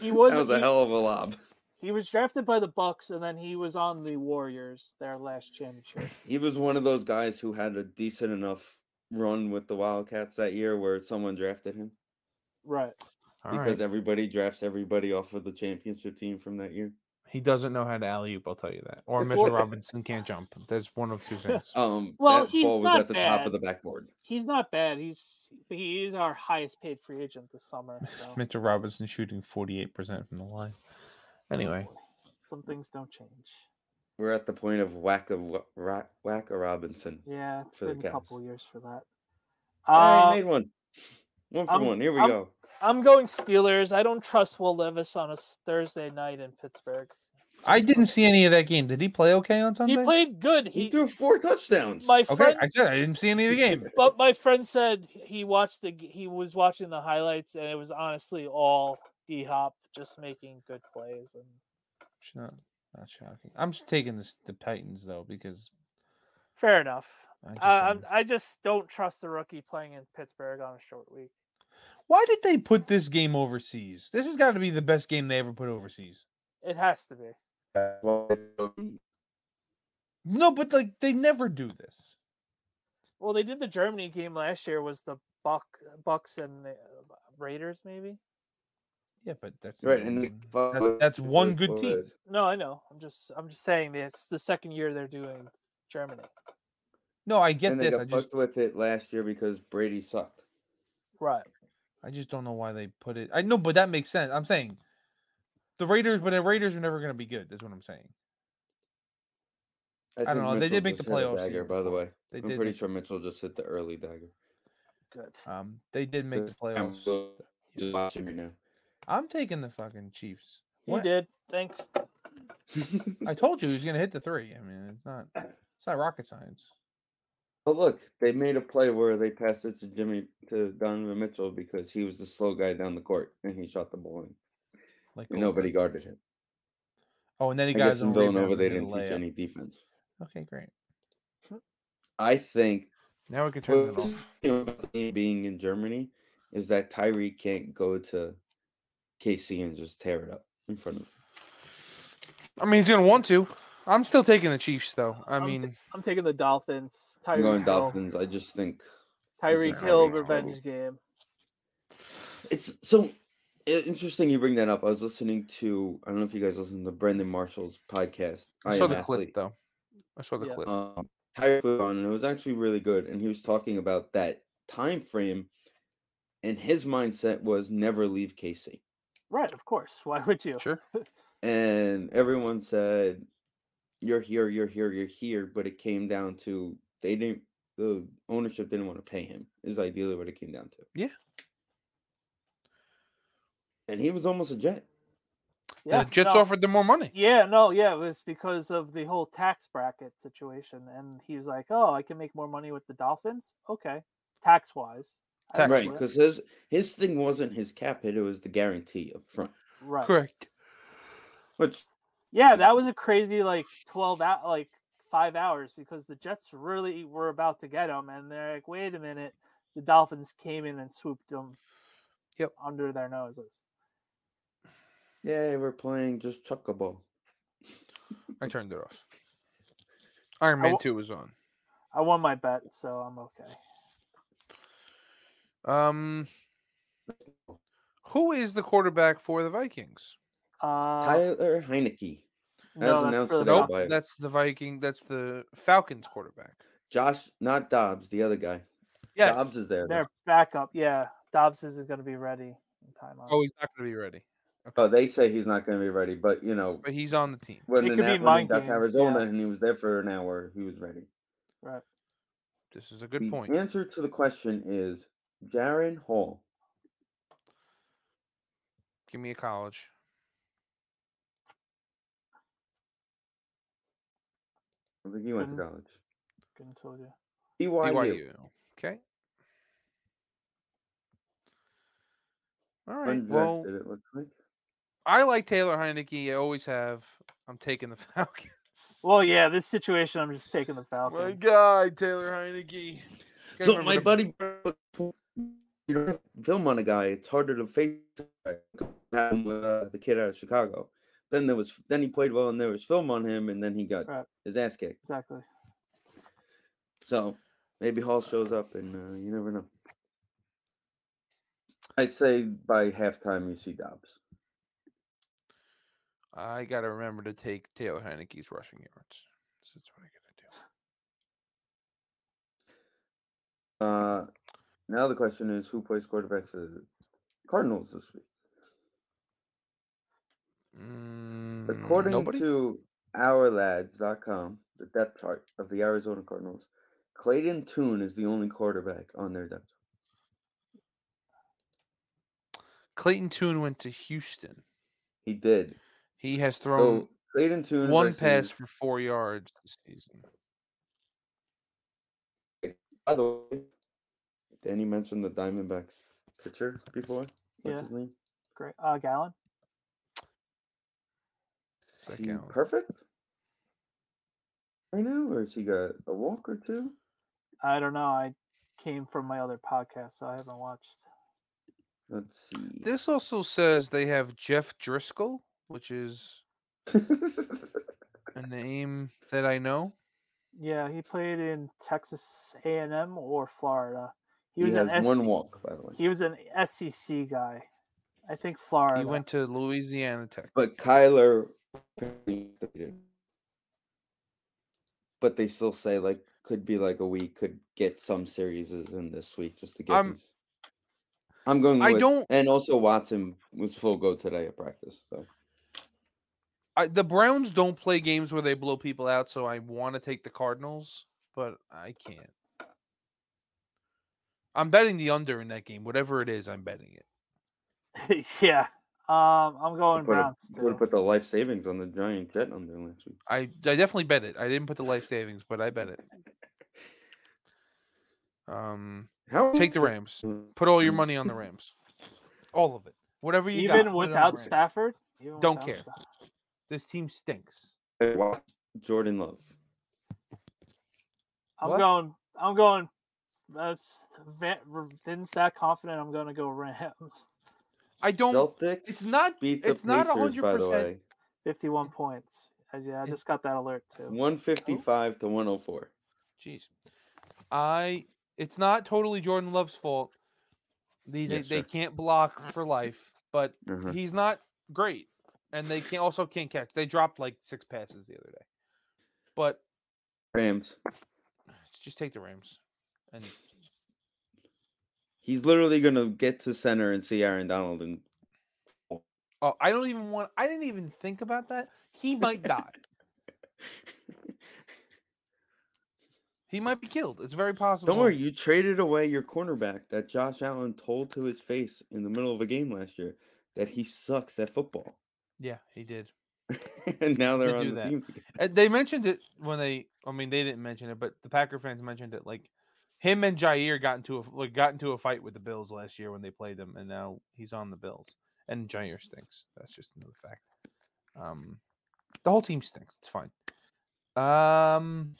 C: he
A: that
C: was,
A: was a
C: he-
A: hell of a lob.
C: He was drafted by the Bucks, and then he was on the Warriors their last championship.
A: He was one of those guys who had a decent enough run with the Wildcats that year where someone drafted him
C: Right.
B: All right.
A: because everybody drafts everybody off of the championship team from that year.
B: He doesn't know how to alley oop. I'll tell you that. Or
C: Or-
B: Mitchell Robinson can't jump. There's one of two things.
A: Um,
C: Well,
A: that
C: he's
A: ball was
C: not
A: at the top
C: bad.
A: of the backboard.
C: He's not bad. He's he is our highest paid free agent this summer. So
B: Mitchell Robinson shooting 48% from the line. Anyway,
C: some things don't change.
A: We're at the point of whack of Wa- Ra- whack a Robinson.
C: Yeah, it's
A: For the
C: been a couple
A: Cavs.
C: years for that.
A: I
C: Uh,
A: made one. One for
C: I'm-
A: one. Here we
C: I'm-
A: go.
C: I'm going Steelers. I don't trust Will Levis on a s- Thursday night in Pittsburgh.
B: I
C: Just
B: didn't
C: don't-
B: see any of that game. Did he play okay on Sunday?
C: He played good.
A: He,
C: He,
A: threw four touchdowns.
C: my
B: okay.
C: friend,
B: I said I didn't see any of the game.
C: but my friend said he watched the g- he was watching the highlights, and it was honestly all D Hop just making good plays. And
B: Sh- Not, not shocking. I'm just taking this, the Titans though because
C: fair enough.
B: I just
C: Uh, I'm-
B: don't-
C: I just don't trust the rookie playing in Pittsburgh on a short week.
B: why did they put this game overseas? This has got to be the best game they ever put overseas.
C: It has to be.
A: That's why
B: No, but like they never do this.
C: Well, they did the Germany game last year. Was the Buck Bucks and the uh, Raiders maybe?
B: Yeah, but that's
A: Right,
B: another
A: and
B: one.
A: they-
B: That- that's one good team.
C: No, I know. I'm just I'm just saying that it's the second year they're doing Germany.
B: No, I get
A: And they
B: this.
A: got
B: I just
A: fucked with it last year because Brady sucked.
C: Right.
B: I just don't know why they put it. I know, but that makes sense. I'm saying the Raiders, but the Raiders are never going to be good. That's what I'm saying. I don't
A: think
B: know, they did make
A: just
B: the
A: hit a
B: playoffs the
A: Dagger,
B: year
A: by the way,
B: They
A: I'm
B: did.
A: pretty
B: make,
A: sure Mitchell just hit the early dagger.
C: Good.
B: Um, they did make the
A: This I'm
B: playoffs.
A: just watching right now.
B: I'm taking the fucking Chiefs.
C: You
B: What?
C: did. Thanks.
B: I told you he was going to hit the three. I mean, it's not. It's not rocket science.
A: But look, they made a play where they passed it to Jimmy to Donovan Mitchell because he was the slow guy down the court and he shot the ball in.
B: Like
A: And
B: oh,
A: nobody guarded him.
B: Oh, and then he
A: I
B: got
A: guess
B: his
A: in
B: own
A: Villanova
B: rebound.
A: they
B: and did a
A: didn't teach
B: layup.
A: any defense.
B: Okay, great.
A: I think
B: Now we can turn it
A: what's
B: off.
A: interesting about the game being in Germany is that Tyree can't go to KC and just tear it up in front of him.
B: I mean, he's going to want to. I'm still taking the Chiefs though. I
C: I'm t-
B: mean,
C: I'm taking the Dolphins.
A: I'm going
C: Tyreek Hill.
A: Dolphins. I just think
C: Tyreek
A: Tyreek's
C: Hill
A: horrible.
C: revenge game.
A: It's so i- interesting you bring that up. I was listening to I don't know if you guys listen to Brendan Marshall's podcast.
B: I
A: I
B: saw
A: Am
B: the
A: Athlete.
B: clip though. I saw the
C: Yeah.
B: clip.
A: Um, Tyreek was on, and it was actually really good. And he was talking about that time frame, and his mindset was never leave KC.
C: Right, of course. Why would you?
B: Sure.
A: And everyone said, "You're here, you're here, you're here," but it came down to they didn't. The ownership didn't want to pay him. Is ideally what it came down to.
B: Yeah.
A: And he was almost a jet.
C: Yeah.
B: the Jets
C: no.
B: offered them more money.
C: Yeah, no, yeah, it was because of the whole tax bracket situation, and he was like, "Oh, I can make more money with the Dolphins." Okay, tax wise,
B: Tax
A: Right, because his his thing wasn't his cap hit; it was the guarantee up front.
C: right,
B: Correct.
A: Which
C: yeah, that was a crazy like twelve out, like five hours, because the Jets really were about to get him, and they're like, "Wait a minute," the Dolphins came in and swooped them,
B: Yep.
C: under their noses.
A: yeah, we're playing just chuckable.
B: I turned it off. Iron
C: I
B: Man
C: wa-
B: 2 was on.
C: I won my bet, so I'm okay.
B: Um, who is the quarterback for the Vikings?
C: Uh,
A: Tyler Heineke,
C: no, that's
A: announced
C: for the
A: today
C: Dolphins.
A: by- Vikes.
B: that's the Viking. That's the Falcons quarterback.
A: Josh, not Dobbs, the other guy.
B: Yeah.
A: Dobbs is there. though.
C: their backup. Yeah, Dobbs isn't going to be ready in time.
B: Oh, he's not going to be ready,
A: Oh, they say he's not going to be ready, but you know,
B: but he's on the team.
A: when,
C: It
A: in
C: could
A: that, when
C: be
A: he
C: mind
A: got
C: games,
A: to
C: yeah.
A: Arizona and he was there for an hour, he was ready.
C: right.
B: This is a good
A: the
B: point.
A: answer to the question is Jaron Hall.
B: Give me a college.
A: I think he went to
C: Mhm.
A: college.
C: Couldn't told you.
A: BYU.
B: BYU. Okay. All right.
A: Undrafted,
B: Well,
A: it looks like.
B: I like Taylor Heineke. I always have. I'm taking the Falcons.
C: Well, yeah, this situation, I'm just taking the Falcons.
B: God, Taylor Heineke.
A: So my buddy, you don't have to film on a guy. It's harder to face a guy. Happened with uh, the kid out of Chicago Then there was then he played well and there was film on him and then he got
C: Right.
A: his ass kicked.
C: Exactly.
A: So maybe Hall shows up and uh, you never know. I'd say by halftime you see Dobbs.
B: I got to remember to take Taylor Heineke's rushing yards. So that's what I got to do.
A: Uh, now the question is who plays quarterback for the Cardinals this week?
B: Mm,
A: According
B: nobody?
A: to ourlads.com, the depth chart of the Arizona Cardinals, Clayton Toon is the only quarterback on their depth. chart.
B: Clayton Toon went to Houston.
A: He did.
B: He has thrown
A: So Clayton Toon
B: one
A: versus-
B: pass for four yards this season.
A: By the way, Danny mentioned the Diamondbacks pitcher before. What's
C: Yeah.
A: his name?
C: Great. Uh, Gallon.
A: Is
B: Zach
A: he
B: Allen.
A: perfect right now, or has he got a walk or two?
C: I don't know. I came from my other podcast, so I haven't watched.
A: Let's see.
B: This also says they have Jeff Driscoll, which is a name that I know.
C: Yeah, he played in Texas A&M or Florida. He
A: he
C: was
A: has
C: an
A: one
C: SC
A: walk, by the way.
C: he was an SEC guy. I think Florida.
B: He went to Louisiana Tech.
A: But Kyler, but they still say like could be like a week, could get some series in this week just to get.
B: I'm-
A: these- I'm going.
B: I
A: with-
B: don't-
A: and also Watson was full go today at practice. So
B: I, the Browns don't play games where they blow people out, so I want to take the Cardinals, but I can't. I'm betting the under in that game, whatever it is. I'm betting it.
C: yeah. Um, I'm going
A: would have
C: Browns
A: put,
C: too.
A: the life savings on the giant jet on there last week.
B: I I definitely bet it. I didn't put the life savings, but I bet it. Um,
A: How
B: take the Rams. Put all your money on the Rams. All of it. Whatever you got, put it
C: Even
B: on the
C: without
B: Rams.
C: Stafford, even
B: Don't
C: without
B: care.
C: Stafford.
B: This team stinks.
A: Rams. Jordan Love.
C: I'm
B: What?
C: going. I'm going. That's Van- r- Vin's that confident. I'm going to go Rams.
B: I don't.
A: Celtics
B: it's not.
A: beat the
B: it's not a
A: Pacers, by the
B: 100%.
A: way,
C: 51 points. Uh, Yeah, I
B: It-
C: just got that alert too.
A: one fifty five to one hundred four.
B: Jeez. I it's not totally Jordan Love's fault. They
A: Yeah,
B: they, they
A: sure.
B: can't block for life, but
A: Uh-huh.
B: he's not great. And they can also can't catch. They dropped like six passes the other day. But
A: Rams.
B: just take the Rams. And
A: He's literally gonna get to center and see Aaron Donald and
B: oh, I don't even want I didn't even think about that. He might die. he might be killed. It's very possible.
A: Don't worry, you traded away your cornerback that Josh Allen told to his face in the middle of a game last year that he sucks at football.
B: Yeah, he did.
A: and now they're
B: did do
A: on the
B: that.
A: team together.
B: Uh, They mentioned it when they. I mean, they didn't mention it, but the Packer fans mentioned it. Like him and Jair got into a like, got into a fight with the Bills last year when they played them, and now he's on the Bills. And Jair stinks. That's just another fact. Um, the whole team stinks. It's fine. Um,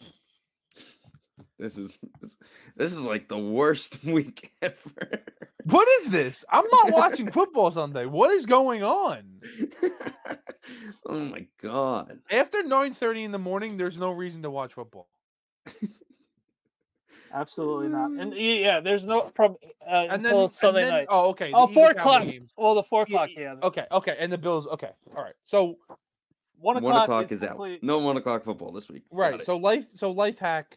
A: This is this, this is like the worst week ever.
B: what is this? I'm not watching football Sunday. What is going on?
A: oh my god.
B: After 9:30 in the morning, there's no reason to watch football.
C: Absolutely not. And
A: Mm.
C: y- yeah, there's no problem uh,
B: And then,
C: until
B: and
C: Sunday
B: then-
C: night. Oh,
B: Oh, okay. the Eagles
C: four
B: Cowboys
C: o'clock.
B: games.
C: Well, the four
B: Yeah,
C: o'clock.
B: yeah,
C: Yeah, the
B: Okay, okay, and the Bills. Okay, all right. So
C: one
A: One
C: o'clock, is,
A: is out.
C: complete-
A: No one o'clock football this week. Got
B: Right.
A: it.
B: So life. So life hack.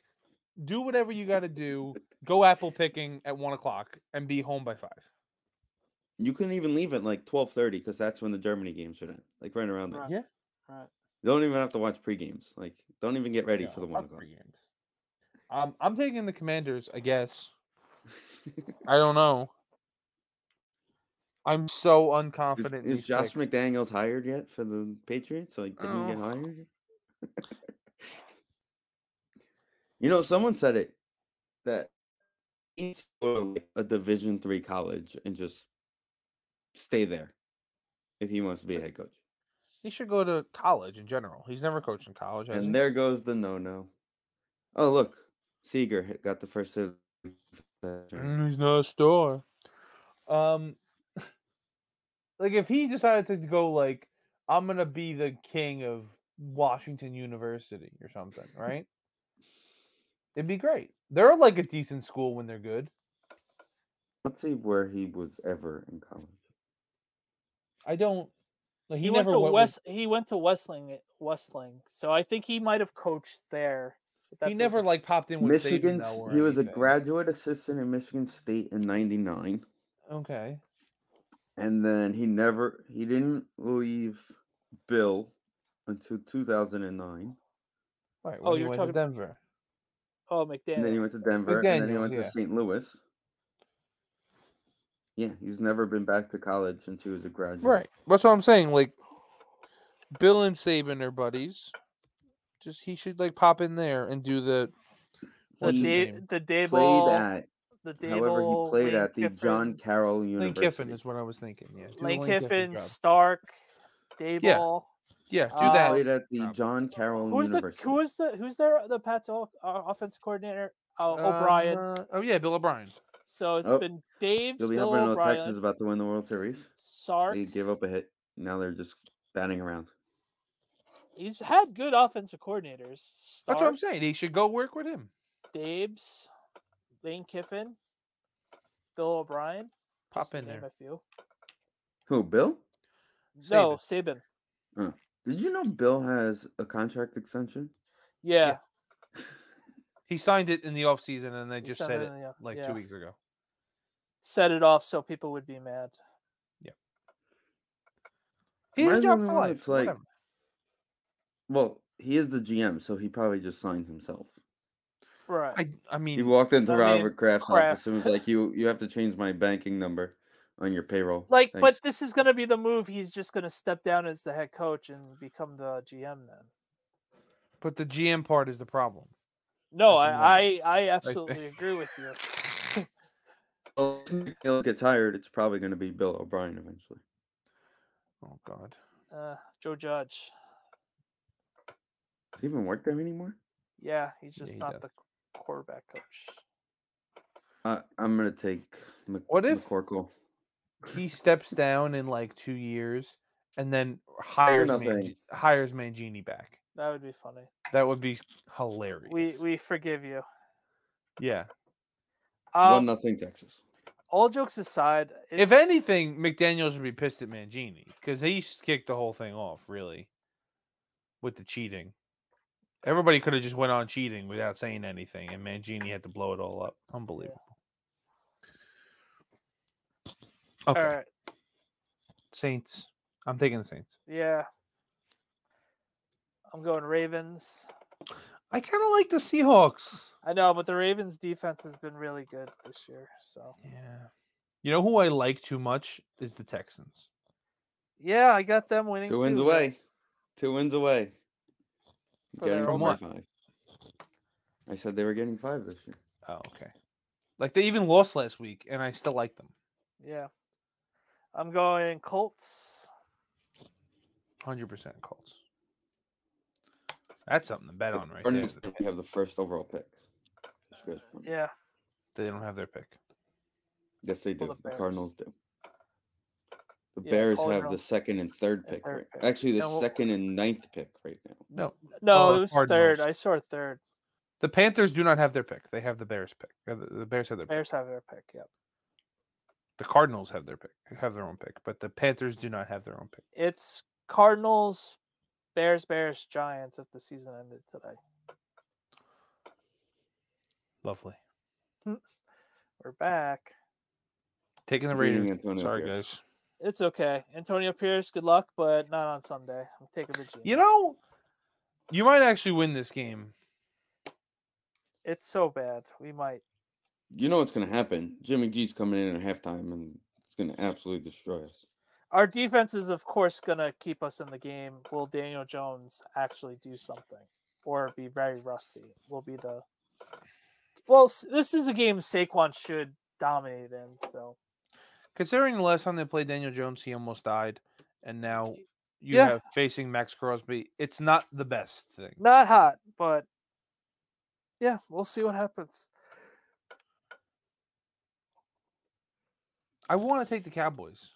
B: Do whatever you got to do. Go apple picking at one o'clock and be home by five.
A: you couldn't even leave at like twelve thirty because that's when the Germany game should end. Like right around there.
C: Right.
B: Yeah.
C: Right.
A: You don't even have to watch pre games. Like don't even get ready
B: Yeah,
A: for the one
B: fuck
A: o'clock.
B: free games. Um, I'm taking the Commanders. I guess. I don't know. I'm so
A: Is,
B: unconfident. in
A: is
B: these
A: Josh
B: picks.
A: McDaniels hired yet for the Patriots? Like, did he get
B: Oh.
A: hired? you know, someone said it that he's sort of like a Division three college and just stay there if he wants to be a head coach.
B: He should go to college in general. He's never coached in college. has he?
A: And there goes the no no. Oh look, Seager ha- got the first. hit of the turn.
B: Mm, he's not a star. Um, like if he decided to go like, I'm gonna be the king of Washington University or something, right? It'd be great. They're like a decent school when they're good.
A: Let's see where he was ever in college.
B: I don't. Like,
C: He,
B: he,
C: went
B: never
C: to
B: went with-
C: West. He went to Westling. Westling. So I think he might have coached there. but that
B: he never
C: doesn't-
B: like popped in with Saban,
A: Michigan.
B: though,
A: s-
B: or
A: He was a
B: anything.
A: graduate assistant in Michigan State in '99,
B: Okay.
A: and then he never he didn't leave Bill until 2009,
B: Right.
C: Oh,
B: oh,
C: you're
B: you're to
C: talking-
B: Denver.
C: Oh,
A: and then he
C: McDaniel.
A: went to Denver, and then he
B: McDaniels,
A: went
B: yeah.
A: to St. Louis. Yeah, he's never been back to college since he was a graduate.
B: Right. That's what I'm saying. Like Bill and Saban are buddies. Just he should like pop in there and do the
C: The,
B: what's his
C: da-
B: name?
C: the
A: Played
C: Dable.
A: at,
C: The Dable.
A: however, he played
C: Lane
A: at the
C: Kiffin,
A: John Carroll
B: Lane
A: University.
B: Kiffin is what I was thinking. Yeah. do the
C: Lane
B: job.
C: Kiffin, Stark, Dable.
B: Yeah, do
A: He
C: Uh,
B: that.
A: played at the
B: Rob.
A: John Carroll
C: Who's the
A: University.
C: who is the who's their the Pats o- uh, offense coordinator? Oh, O'Brien.
B: Uh, oh yeah, Bill O'Brien.
C: So it's
A: Oh,
C: been Dave,
A: You'll be
C: Bill
A: happy to know Texas is
C: O'Brien,
A: about to win the World Series.
C: Sark.
A: They gave up a hit. Now they're just batting around.
C: He's had good offensive coordinators. Stark,
B: That's what I'm saying. He should go work with him.
C: Dave's, Lane Kiffin, Bill O'Brien.
B: Pop
C: just to
B: in
C: name
B: there.
C: A few.
A: Who, Bill?
C: No, Saban.
A: Did you know Bill has a contract extension?
C: Yeah.
B: He signed it in the offseason and they
C: he
B: just
C: sent
B: said
C: it
B: it
C: in the-
B: like
C: yeah.
B: two weeks ago.
C: Set it off so people would be mad.
B: He's
A: Might
B: a
A: as
B: job
A: well
B: for
A: know
B: life.
A: it's like-
B: whatever.
A: Well, he is the GM, so he probably just signed himself.
C: Right.
B: I, I mean,
A: He walked into
C: I mean,
A: Robert Kraft's office and was
C: Kraft.
A: like, "You, you have to change my banking number on your payroll."
C: like,
A: Thanks.
C: but this is going to be the move. He's just going to step down as the head coach and become the GM then.
B: but the GM part is the problem.
C: No,
B: Nothing wrong.
C: I, I, I absolutely agree with you.
A: Well, if Bill gets hired, it's probably going to be Bill O'Brien eventually.
B: Oh God.
C: Uh, Joe Judge.
A: Does he even work there anymore?
C: Yeah, he's just
B: he
C: not
B: does.
C: the quarterback coach.
A: Uh, I'm going to take Mc-
B: What if-
A: McCorkle.
B: He steps down in like two years and then hires Man-
A: nothing.
B: hires Mangini back.
C: That would be funny.
B: That would be hilarious.
C: We we forgive you.
B: yeah.
A: One
C: Um,
A: nothing Texas.
C: all jokes aside,
B: If
C: it's-
B: anything, McDaniel should be pissed at Mangini because he s- kicked the whole thing off, really, with the cheating. Everybody could have just went on cheating without saying anything, and Mangini had to blow it all up. Unbelievable. Okay,
C: all right,
B: Saints. I'm taking the Saints.
C: yeah, I'm going Ravens.
B: I kind of like the Seahawks.
C: I know, but the Ravens defense has been really good this year. So
B: Yeah. You know who I like too much is the Texans.
C: yeah, I got them winning.
A: Two wins
C: too, but-
A: away. Two wins away.
C: But they're
A: Getting to
B: all-
A: my five. I said they were getting five this year.
B: Oh, okay. Like they even lost last week, and I still like them.
C: Yeah, I'm going Colts.
B: Hundred percent Colts. That's something to bet on right there.
A: Cardinals
B: that
A: have the first overall pick. That's good.
C: Yeah,
B: They don't have their pick.
A: Yes, they do.
C: Well, the
A: The,
C: Bears.
A: Cardinals do. The
C: Yeah,
A: Bears
C: all
A: have
C: your-
A: the second and third
C: and
A: pick.
C: third
A: right-
C: pick.
A: Actually, the
C: And we'll-
A: second and ninth pick right now.
B: No,
C: no,
B: Oh, the
C: it was third.
B: Cardinals.
C: I saw it third.
B: the Panthers do not have their pick. They have the Bears pick. Uh, The the Bears have their pick.
C: Bears have their pick. Yep,
B: The Cardinals have their pick. Have their own pick, but the Panthers do not have their own pick.
C: it's Cardinals, Bears, Bears, Giants. If the season ended today,
B: Lovely.
C: we're back.
B: Taking the
A: Beating
B: Raiders.
A: Antonio
B: Sorry,
A: Pierce.
B: guys.
C: It's okay. Antonio Pierce, good luck, but not on Sunday. I'm taking the G.
B: You know, you might actually win this game.
C: it's so bad. We might.
A: You know what's going to happen. Jimmy G's coming in at halftime and it's going to absolutely destroy us.
C: Our defense is, of course, gonna keep us in the game. Will Daniel Jones actually do something, or be very rusty? Will be the. Well, s- this is a game Saquon should dominate in. So
B: Considering the last time they played Daniel Jones, he almost died, and now you
C: Yeah.
B: have facing Max Crosby. It's not the best thing.
C: not hot, but yeah, we'll see what happens.
B: I want to take the Cowboys.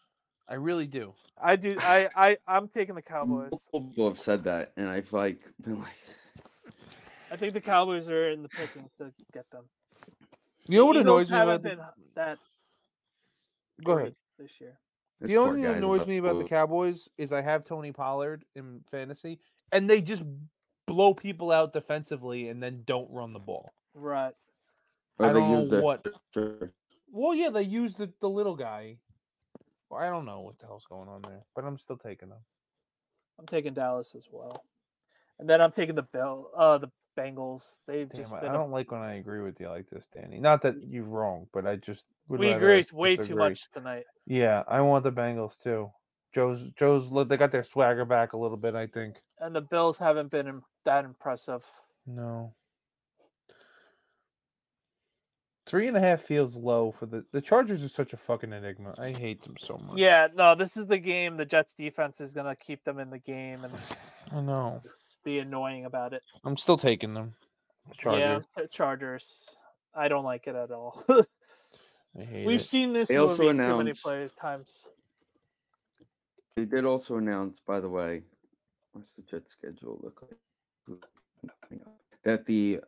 B: I really do.
C: I do. I I I'm taking the Cowboys.
A: Multiple people have said that, and I've like been like,
C: I think the Cowboys are in the picking to get them.
B: You know what
C: The Eagles
B: annoys me
C: haven't
B: about the-
C: been that
B: Go ahead.
C: great this year.
A: this
B: the
A: poor
B: only thing that
A: guy's
B: annoys me about the
A: to-
B: Cowboys is I have Tony Pollard in fantasy, and they just blow people out defensively and then don't run the ball.
C: Right.
A: or
B: I
A: they
B: don't know
A: use their
B: what-
A: structure.
B: Well, yeah, they use the, the little guy. Well, I don't know what the hell's going on there, but I'm still taking them.
C: I'm taking Dallas as well, and then I'm taking the Bill. Uh, the Bengals. They've
B: Damn,
C: just
B: I, I
C: been. a-
B: don't like when I agree with you like this, Danny. Not that you're wrong, but I just would
C: we
B: rather
C: agree way too
B: disagree.
C: much tonight.
B: Yeah, I want the Bengals too. Joe's Joe's look, they got their swagger back a little bit, I think.
C: and the Bills haven't been im- that impressive.
B: No. Three and a half feels low for the the Chargers are such a fucking enigma. I hate them so much.
C: Yeah, no, this is the game. The Jets defense is gonna keep them in the game and
B: I know.
C: just be annoying about it.
B: I'm still taking them. Chargers.
C: Yeah, Ch- Chargers. I don't like it at all.
B: I hate
C: We've
B: it.
C: seen this
A: They
C: movie
A: also
C: too many
A: announced-
C: play times.
A: They did also announce, by the way, what's the jet schedule look like? That the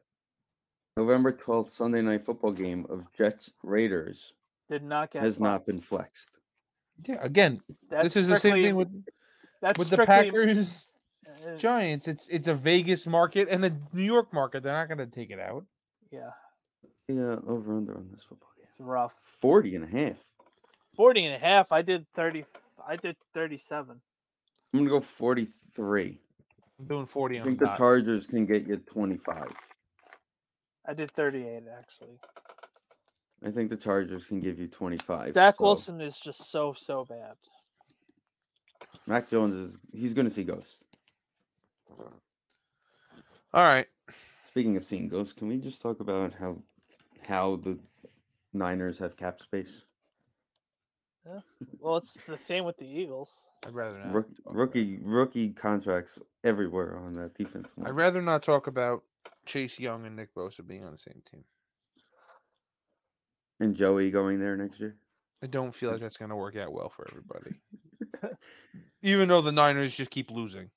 A: November twelfth Sunday night football game of Jets Raiders
C: Did not get
A: has not been
C: flexed.
A: flexed.
B: Yeah, again,
C: That's
B: this is the same
C: strictly-
B: thing with
C: that's
B: with the
C: strictly-
B: Packers
C: uh,
B: Giants. It's it's a Vegas market and a New York market. They're not gonna take it out.
C: Yeah,
A: Yeah, over under on this football game.
C: it's rough.
A: 40 and a half.
C: 40 and a half. I did 30. I did 37.
A: I'm gonna go 43.
B: I'm doing forty
A: I
B: on
A: think the
B: that.
A: Chargers can get you 25.
C: I did 38 actually.
A: I think the Chargers can give you 25.
C: Dak
A: so
C: Wilson is just so so bad.
A: Mac Jones is he's gonna see ghosts.
B: All right.
A: Speaking of seeing ghosts, can we just talk about how how the Niners have cap space?
C: Well, it's the same with the Eagles.
B: I'd rather not.
A: Rook,
B: talk about it.
A: rookie rookie contracts everywhere on that defense.
B: I'd
A: line.
B: rather not talk about Chase Young and Nick Bosa being on the same team.
A: and Joey going there next year.
B: I don't feel like that's going to work out well for everybody. Even though the Niners just keep losing.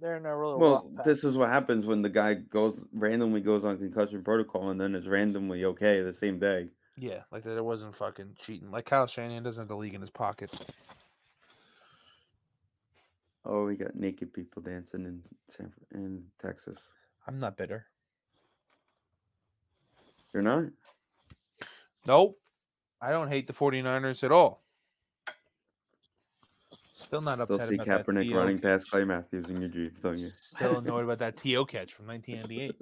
C: They're in a really
A: Well,
C: rough patch.
A: this is what happens when the guy goes randomly goes on concussion protocol and then is randomly okay the same day.
B: Yeah, like that it wasn't fucking cheating. Like Kyle Shanahan doesn't have the league in his pocket.
A: Oh, we got naked people dancing in San Fr- in Texas.
B: I'm not bitter.
A: You're not?
B: Nope. I don't hate the 49ers at all. Still not
A: Still
B: upset
A: see
B: about that
A: Kaepernick
B: T.O.
A: running past Clay Matthews in your dreams, don't you?
B: Still annoyed about that TO catch from 1998.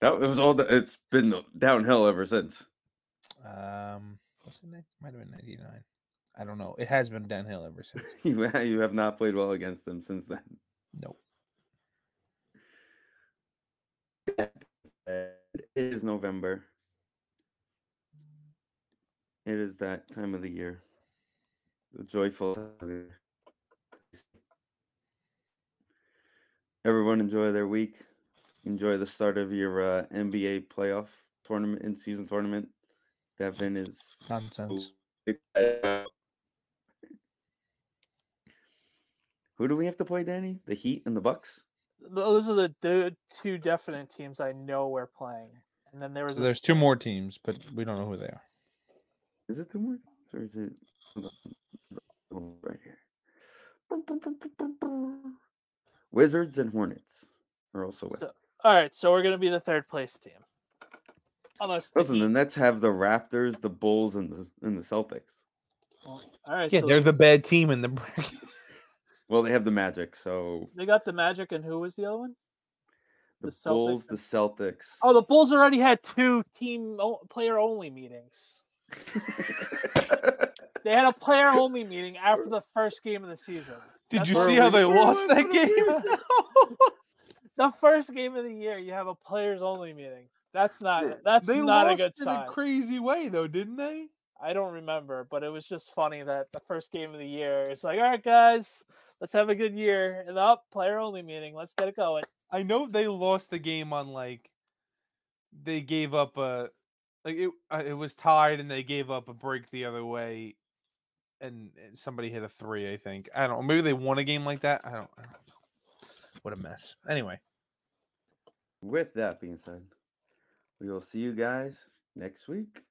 A: That was all. The, it's been downhill ever since.
B: Um, what's it? Might have been 99. I don't know. It has been downhill ever since.
A: you ha- you have not played well against them since then.
B: Nope.
A: It is November. It is that time of the year. The joyful. time of the year. Everyone enjoy their week. Enjoy the start of your uh, NBA playoff tournament in season tournament. Devin is
B: Nonsense.
A: excited about. Who do we have to play, Danny? The Heat and the Bucks.
C: Those are the du- two definite teams I know we're playing. And then there was
B: So
C: a
B: there's
C: s-
B: two more teams, but we don't know who they are.
A: Is it the more or is it hold on, hold on, right here? Wizards and Hornets are also with.
C: So- all right, so we're gonna be the third place team. Unless the
A: Listen, the
C: Heat-
A: Nets have the Raptors, the Bulls, and the and the Celtics.
C: well, all right,
B: Yeah,
C: so
B: they're the bad team in the bracket.
A: Well, they have the Magic, so
C: they got the Magic and who was the other one?
A: the,
C: The Celtics
A: Bulls,
C: and-
A: the Celtics.
C: Oh, the Bulls already had two team o- player only meetings. They had a player only meeting after the first game of the season.
B: Did
C: That's
B: you
C: what-
A: where
B: see how
A: we-
B: they
A: where
B: lost
A: we
B: that
A: put 'em
B: game?
C: in. the first game of the year? You have a players only meeting. That's
A: Yeah,
C: not that's
B: they
C: not
B: lost
C: a good
B: in
C: sign.
B: a crazy way, though, didn't they?
C: I don't remember, but it was just funny that the first game of the year, it's like, all right, guys, let's have a good year. And up, player only meeting, let's get it going.
B: I know they lost the game on like they gave up a like it uh, it was tied and they gave up a break the other way and and somebody hit a three. I think I don't. Maybe they won a game like that. I don't. I don't know. What a mess. Anyway,
A: With that being said, we will see you guys next week.